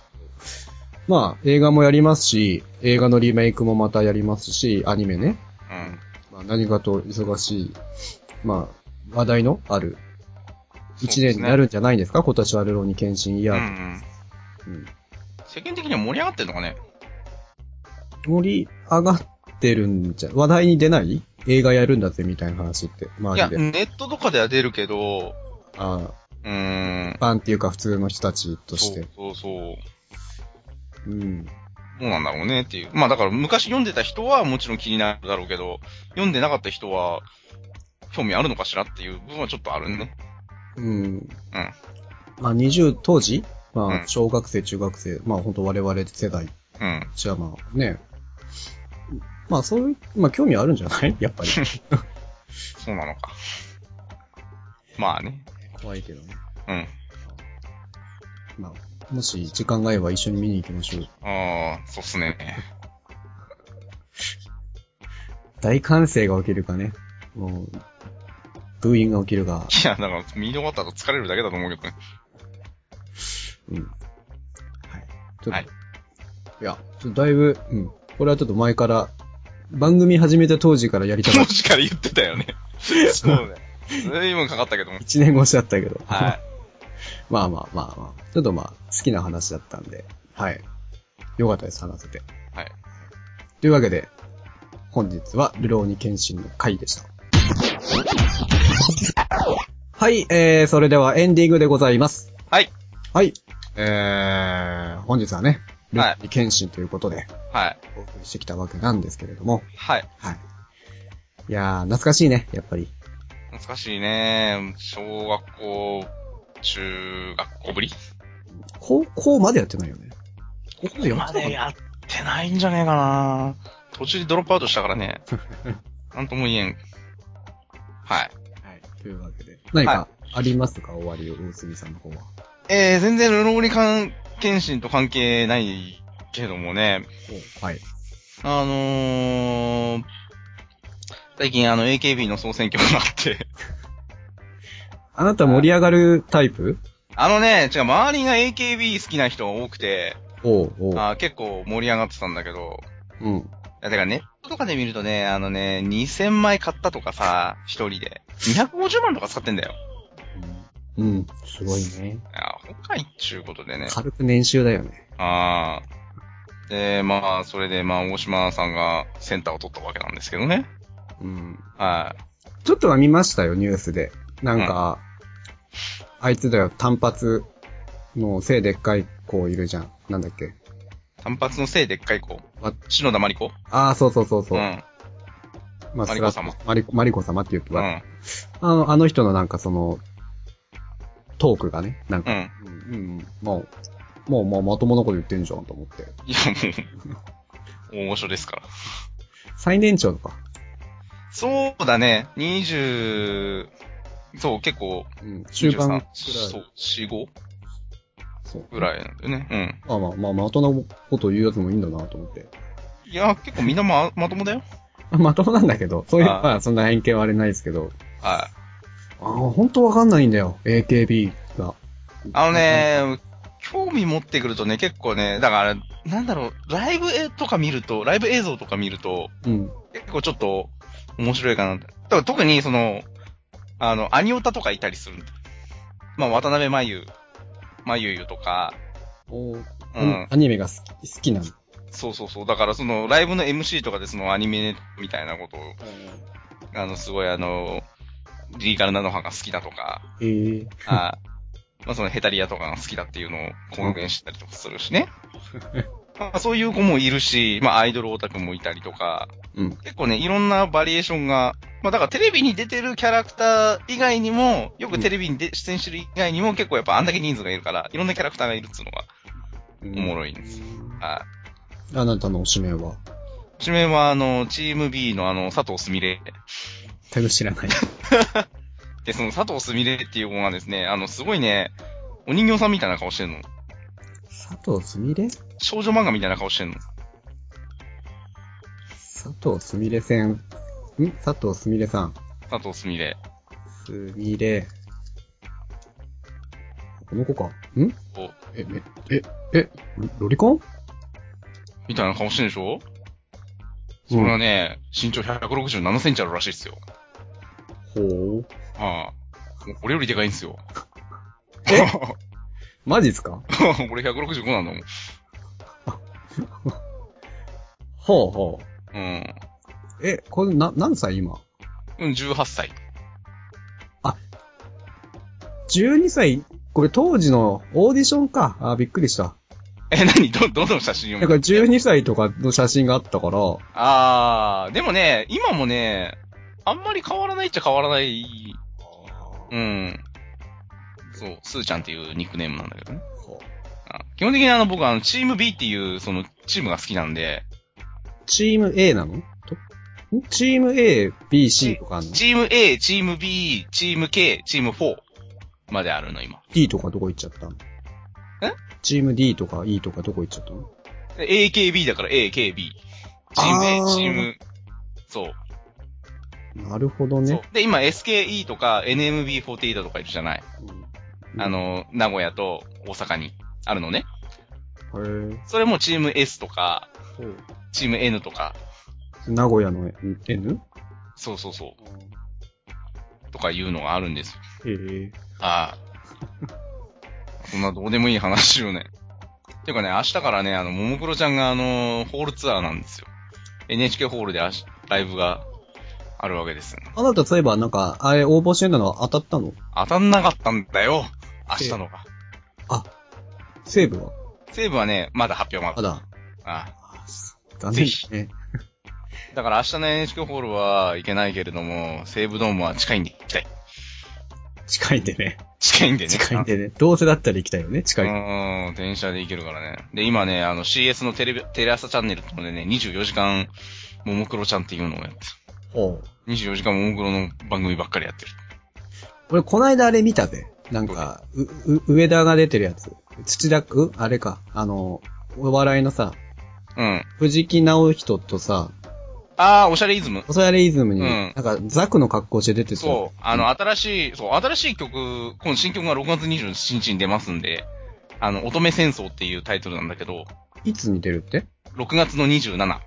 S1: まあ、映画もやりますし、映画のリメイクもまたやりますし、アニメね。
S2: あう
S1: ま
S2: ん。
S1: あ、何かと忙しい、まあ、話題のある、一年になるんじゃないですか今年はルローに検診イ
S2: う
S1: ヤ
S2: んう
S1: ー
S2: ん。
S1: と、うん
S2: 世間的には盛り上がってるのかね。
S1: 盛り上がってるんじゃ、話題に出ない映画やるんだぜみたいな話って、
S2: い
S1: 周
S2: や、
S1: りで。
S2: ネットとかでは出るけど、
S1: あ
S2: うーん
S1: あ、。パンっていうか普通の人たちとし
S2: そう
S1: て。
S2: そうそ
S1: う
S2: う。
S1: ん。
S2: どうなんだろうねっていう。まあだから昔読んでた人はもちろん気になるだろうけど、読んでなかった人は興味あるのかしらっていう部分はちょっとあるね。
S1: うん。
S2: うん。
S1: まあ20、当時
S2: う
S1: ま
S2: ん
S1: あ、小学生、中学生、まあ本当我々世代
S2: うん。
S1: じゃあまあね。まあそういう、まあ興味あるんじゃない [laughs] やっ
S2: [laughs]
S1: ぱり。
S2: そうなのか。まあね。
S1: 怖いけどね。
S2: うん。
S1: まあ、もし時間が合えば一緒に見に行きましょう。
S2: ああ、そうっすね。
S1: 大歓声が起きるかね。もう、ブーイングが起きるか。
S2: いや、だから見終わった後疲れるだけだと思うけどね。
S1: うん。はい。ちょっと、
S2: はい
S1: い、や、ちょっとだいぶ、うん。これはちょっと前から、番組始めた当時からやりたか
S2: 当 [laughs]
S1: った。
S2: 時から言ってたよね。そう [laughs] だよ。随分かかったけども。
S1: 1年越しだったけど。
S2: はい。
S1: まあまあまあまあ。ちょっとまあ、好きな話だったんで。はい。よかったです、話せて。
S2: はい。
S1: というわけで、本日は、ルローニケンシンの回でした。はい、えー、それではエンディングでございます。
S2: はい。
S1: はい。えー、本日はね、ルローニケンシンということで、
S2: はい。
S1: お送りしてきたわけなんですけれども、
S2: はい。
S1: はい。いやー、懐かしいね、やっぱり。
S2: 懐かしいね。小学校、中学校ぶり
S1: 高校までやってないよね。高校
S2: ここまでやってないんじゃねえかな途中でドロップアウトしたから [laughs] ね。なんとも言えん。はい。
S1: はい。というわけで。何かありますか、終わりを、大杉さんの方は。
S2: えー、全然ルローリカン、検診と関係ないけどもね。
S1: はい。
S2: あのー、最近あの AKB の総選挙があって。
S1: あなた盛り上がるタイプ
S2: あのね、違う、周りが AKB 好きな人が多くて、
S1: おうおう。
S2: あー結構盛り上がってたんだけど、
S1: うん。
S2: いやだからネットとかで見るとね、あのね、2000枚買ったとかさ、一人で。250万とか使ってんだよ。
S1: うん。すごいね。
S2: いや、ほかいっちゅうことでね。
S1: 軽く年収だよね。
S2: ああ。で、まあ、それで、まあ、大島さんがセンターを取ったわけなんですけどね。
S1: うん。
S2: は
S1: ちょっとは見ましたよ、ニュースで。なんか、あいつだよ、単発の背でっかい子いるじゃん。なんだっけ。
S2: い。単発のせいでっかい子。
S1: わ
S2: 篠田まり子
S1: ああ、そうそうそう
S2: う
S1: そう。
S2: ん。
S1: まあ
S2: マリコ様。
S1: マリコ、マリコ様って言うと、
S2: う
S1: あ
S2: ん。
S1: の、あの人のなんかその、トークがね、なん
S2: う
S1: か、
S2: ん。
S1: うん、うん、もう、もう、もうまともなこと言ってんじゃんと思って。
S2: いや、もう、大御所ですから。
S1: 最年長とか。
S2: そうだね。20、そう、結構、
S1: うん、中盤くらい
S2: 23。そう、4、5
S1: そう。
S2: ぐらいなんだよね。
S1: まあまあまあ、まともなこと言うやつもいいんだなと思って。 [laughs]
S2: うん。いや、結構みんなま、まともだよ。
S1: まともなんだけど、そういう、
S2: あー
S1: まあそんな偏見はあれないですけど、
S2: はい。
S1: ああ、ほんとわかんないんだよ、AKB が。
S2: あのね、興味持ってくるとね、結構ね、だから、なんだろう、ライブ絵とか見ると、ライブ映像とか見ると、
S1: うん。
S2: 結構ちょっと面白いかな。だから特にその、あの、アニオタとかいたりするんだ。まあ、渡辺真由、真由ゆとか、
S1: おー
S2: う。
S1: うんん。アニメが好き好きなの。
S2: そうそうそう。だからその、ライブの MC とかでそのアニメみたいなことを、あの、すごいあの、リーガルなのはが好きだとか、
S1: ええ。
S2: あーまあそのヘタリアとかが好きだっていうのを公言したりとかするしね。まあそういう子もいるし、まあアイドルオタクもいたりとか、
S1: うん。
S2: 結構ね、いろんなバリエーションが、まあだからテレビに出てるキャラクター以外にも、よくテレビにで出演してる以外にも結構やっぱあんだけ人数がいるから、いろんなキャラクターがいるっつうのが
S1: お
S2: おもろいんです。はい。
S1: あなたのおしめは
S2: 一面はあの、チーム B のあの、佐藤すみれ。
S1: 全く知らない。
S2: で、その佐藤すみれっていう子がですね、あの、すごいね、お人形さんみたいな顔してるの。
S1: [laughs] 佐藤すみれ
S2: 少女漫画みたいな顔してるの。
S1: 佐藤すみれせん。ん佐藤すみれさん。
S2: 佐藤すみれ。
S1: すみれ。この子か。ん
S2: お
S1: え、め、え、え、ロリコン
S2: みたいな顔してるでしょそれはね、身長167センチあるらしいですよ。
S1: ほう。
S2: はあ、もう俺よりでかいんですよ。
S1: えマジっすか
S2: [laughs] 俺165なんだもん。
S1: ほうほう。
S2: うん。
S1: え、これな、何歳今
S2: うん、18歳。
S1: ?12 歳これ当時のオーディションか。あー、びっくりした。
S2: え、何ど、どの写真を
S1: だから12歳とかの写真があったから、
S2: あー、でもね、今もね、あんまり変わらないっちゃ変わらない。うん。そう、スーちゃんっていうニックネームなんだけどね。
S1: ほう
S2: あ基本的にあの僕はあのチーム B っていうそのチームが好きなんで、
S1: チーム A なのとんチーム A、B、C とかあんの
S2: チーム A、チーム B、チーム K、チーム4まであるの今。
S1: ?D とかどこ行っちゃったの
S2: え
S1: チーム D とか E とかどこ行っちゃったの
S2: で AKB だから AKB。チーム A、
S1: あー
S2: チーム、そう。
S1: なるほど
S2: そ
S1: ね
S2: う。。で、今 SKE とか NMB48 とかいるじゃない。
S1: うん
S2: あ、の、名古屋と大阪にあるのね。
S1: へ
S2: それもチーム S とか、
S1: え。
S2: チーム N とか、
S1: 名古屋のえ N?
S2: そうそうそう、とかいうのがあるんです。
S1: へえ。
S2: ああ。そんなどうでもいい話よね。ていうかね、明日からね、あの、ももクロちゃんがあの、ホールツアーなんですよ。NHK ホールで明日ライブがあるわけです。
S1: あなたそういえばなんか、あれ応募してんだの当たったの
S2: 当たんなかったんだよ。明日のが。
S1: 西武は
S2: 西武はね、まだ発表ま
S1: ま
S2: だ。
S1: だ。
S2: ああ
S1: あ残念だね。
S2: だから明日の NHK ホールは行けないけれども、西武ドームは近いんで行きたい。
S1: 近いんでね。
S2: 近いんでね。
S1: 近いんでね。どうせだったら行きたいよね、
S2: う
S1: 近い。
S2: ーん、電車で行けるからね。で、今ね、あの CS のテレビ、テレ朝チャンネルってのでね、24時間、ももクロちゃんっていうのをやって
S1: ほう。
S2: る。24時間ももクロの番組ばっかりやってる。
S1: 俺、こないだあれ見たぜ。なんか、う、う、上田が出てるやつ。土田、うあれか。あの、お笑いのさ、
S2: うん。
S1: 藤木直人とさ、
S2: あー、おしゃれイズム。
S1: おさやれイズムに、
S2: うん
S1: なんか、ザクの格好して出てた。
S2: そう。あの、新しい、そう、新しい曲、今新曲が6月27日に出ますんで、あの、乙女戦争っていうタイトルなんだけど、
S1: いつ似てるって
S2: 6月の27。
S1: あら、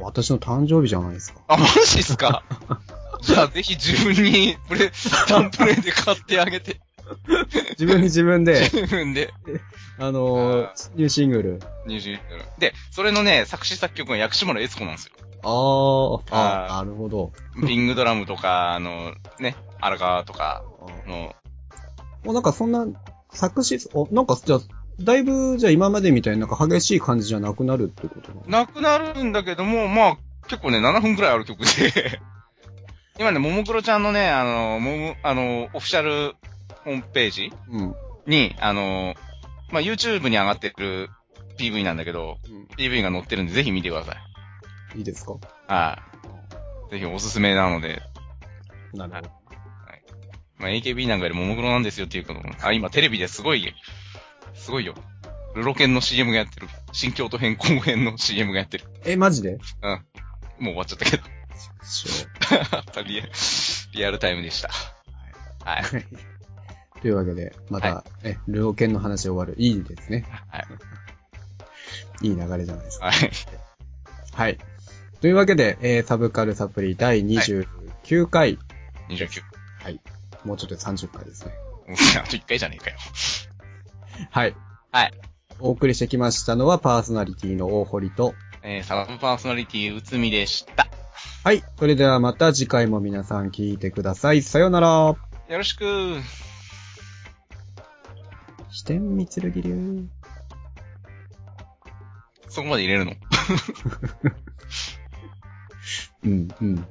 S1: 私の誕生日じゃないですか。
S2: あ、マジっす [laughs] かじゃあ、ぜひ自分に、プレ、スタンプレイで買ってあげて、
S1: [laughs] 自分に自分で、
S2: 自分で、
S1: あの
S2: あ
S1: ー、ニューシングル。
S2: ニュージーランドので、それのね、作詞作曲が薬師丸悦子なんです [laughs] よ。
S1: あー、
S2: あ
S1: あな
S2: ー
S1: るほど。
S2: リングドラムとか、あの、ね、荒川とか
S1: あー
S2: の、
S1: もうなんかそんな、作詞、お、なんか、じゃあだいぶ、じゃあ今までみたいになんか激しい感じじゃなくなるってことなの
S2: なくなるんだけども、まあ、結構ね、7分くらいある曲で、 [laughs] 今ね、ももクロちゃんのね、あの、もも、あの、オフィシャルホームページ
S1: うん。
S2: に、あの、まあ、YouTube に上がってる PV なんだけど、PV が載ってるんで、ぜひ見てください。
S1: いいですか
S2: はい。ぜひおすすめなので、
S1: なるほど。
S2: まあ、AKB なんかよりももクロなんですよっていうことも。あ、今テレビですごい、すごいよ。ルロケンの CM がやってる。新京都編後編の CM がやってる。
S1: え、マジで
S2: もう終わっちゃったけど。
S1: しょ
S2: リアリアルタイムでした。はい。
S1: うはい。 [laughs] というわけで、また、え、両剣の話終わる。いいですね。
S2: はい。
S1: いい流れじゃないですか。
S2: はい。
S1: はい。というわけで、えーサブカルサプリ第29回、
S2: 29。
S1: もうちょっとで30回ですね。
S2: うんあと1回じゃねえかよ。
S1: はい。
S2: はい。
S1: お送りしてきましたのは、パーソナリティの大堀と、
S2: えー、サブパーソナリティ、うつみでした。
S1: はい。それではまた次回も皆さん聞いてください。さようなら。
S2: よろしく。
S1: 視点みつるぎ流。
S2: そこまで入れるの
S1: うん、うん。